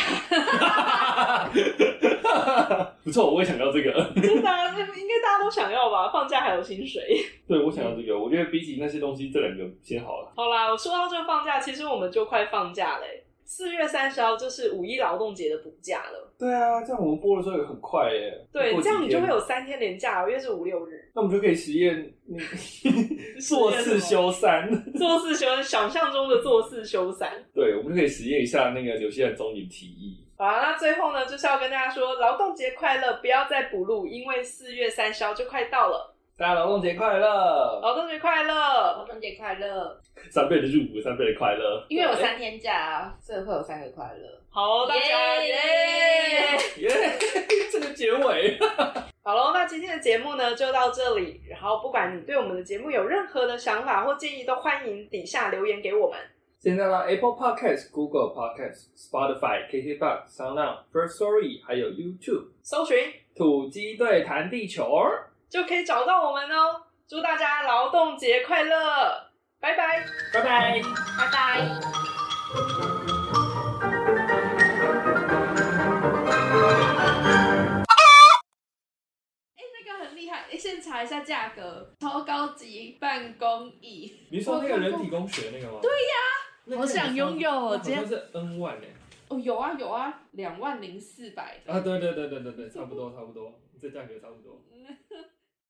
[SPEAKER 2] 不错，我也想要这个。
[SPEAKER 1] 就是大家啊应该大家都想要吧？放假还有薪水。
[SPEAKER 2] 对，我想要这个。我觉得比起那些东西，这两个先好了。
[SPEAKER 1] 好啦，我说到这个放假，其实我们就快放假嘞、四月三十号就是五一劳动节的补假了，
[SPEAKER 2] 对啊，这样我们播的时候也很快耶。
[SPEAKER 1] 对，
[SPEAKER 2] 过
[SPEAKER 1] 这
[SPEAKER 2] 几
[SPEAKER 1] 样你就
[SPEAKER 2] 天
[SPEAKER 1] 会有，三天连假，因为是五六日，
[SPEAKER 2] 那我们就可以实验 那个做四休三。
[SPEAKER 1] 做四休，想象中的做四休三。
[SPEAKER 2] 对，我们就可以实验一下那个纽西兰总理提议。
[SPEAKER 1] 好啦，那最后呢，就是要跟大家说，劳动节快乐，不要再补录，因为四月三十号就快到了。
[SPEAKER 2] 大家劳动节快乐！
[SPEAKER 1] 劳动节快乐！
[SPEAKER 3] 劳动节快乐！
[SPEAKER 2] 三倍的入股，三倍的快乐。
[SPEAKER 3] 因为有三天假啊，所以会有三个快乐。
[SPEAKER 1] 好，大家
[SPEAKER 3] 耶
[SPEAKER 1] 耶！
[SPEAKER 2] 耶， 这个结尾，
[SPEAKER 1] 好喽，那今天的节目呢就到这里。然后，不管你对我们的节目有任何的想法或建议，都欢迎底下留言给我们。
[SPEAKER 2] 现在到 Apple Podcast、Google Podcast、Spotify、KKBox、SoundOn、First Story，还有 YouTube
[SPEAKER 1] 搜寻
[SPEAKER 2] 土鸡队谈地球儿。
[SPEAKER 1] 就可以找到我们哦。祝大家劳动节快乐，拜拜！
[SPEAKER 2] 拜拜。
[SPEAKER 3] 拜拜。哎，那个很厉害，哎先查一下价格，超高级办公椅。
[SPEAKER 2] 你说那个人体工学那个吗？对呀
[SPEAKER 4] 我想拥有
[SPEAKER 2] 好像是 N 万诶。
[SPEAKER 3] 哦，有啊有啊，两万零四百的。
[SPEAKER 2] 啊，对对对对对对，差不多差不多，这价格差不多。
[SPEAKER 3] 嗯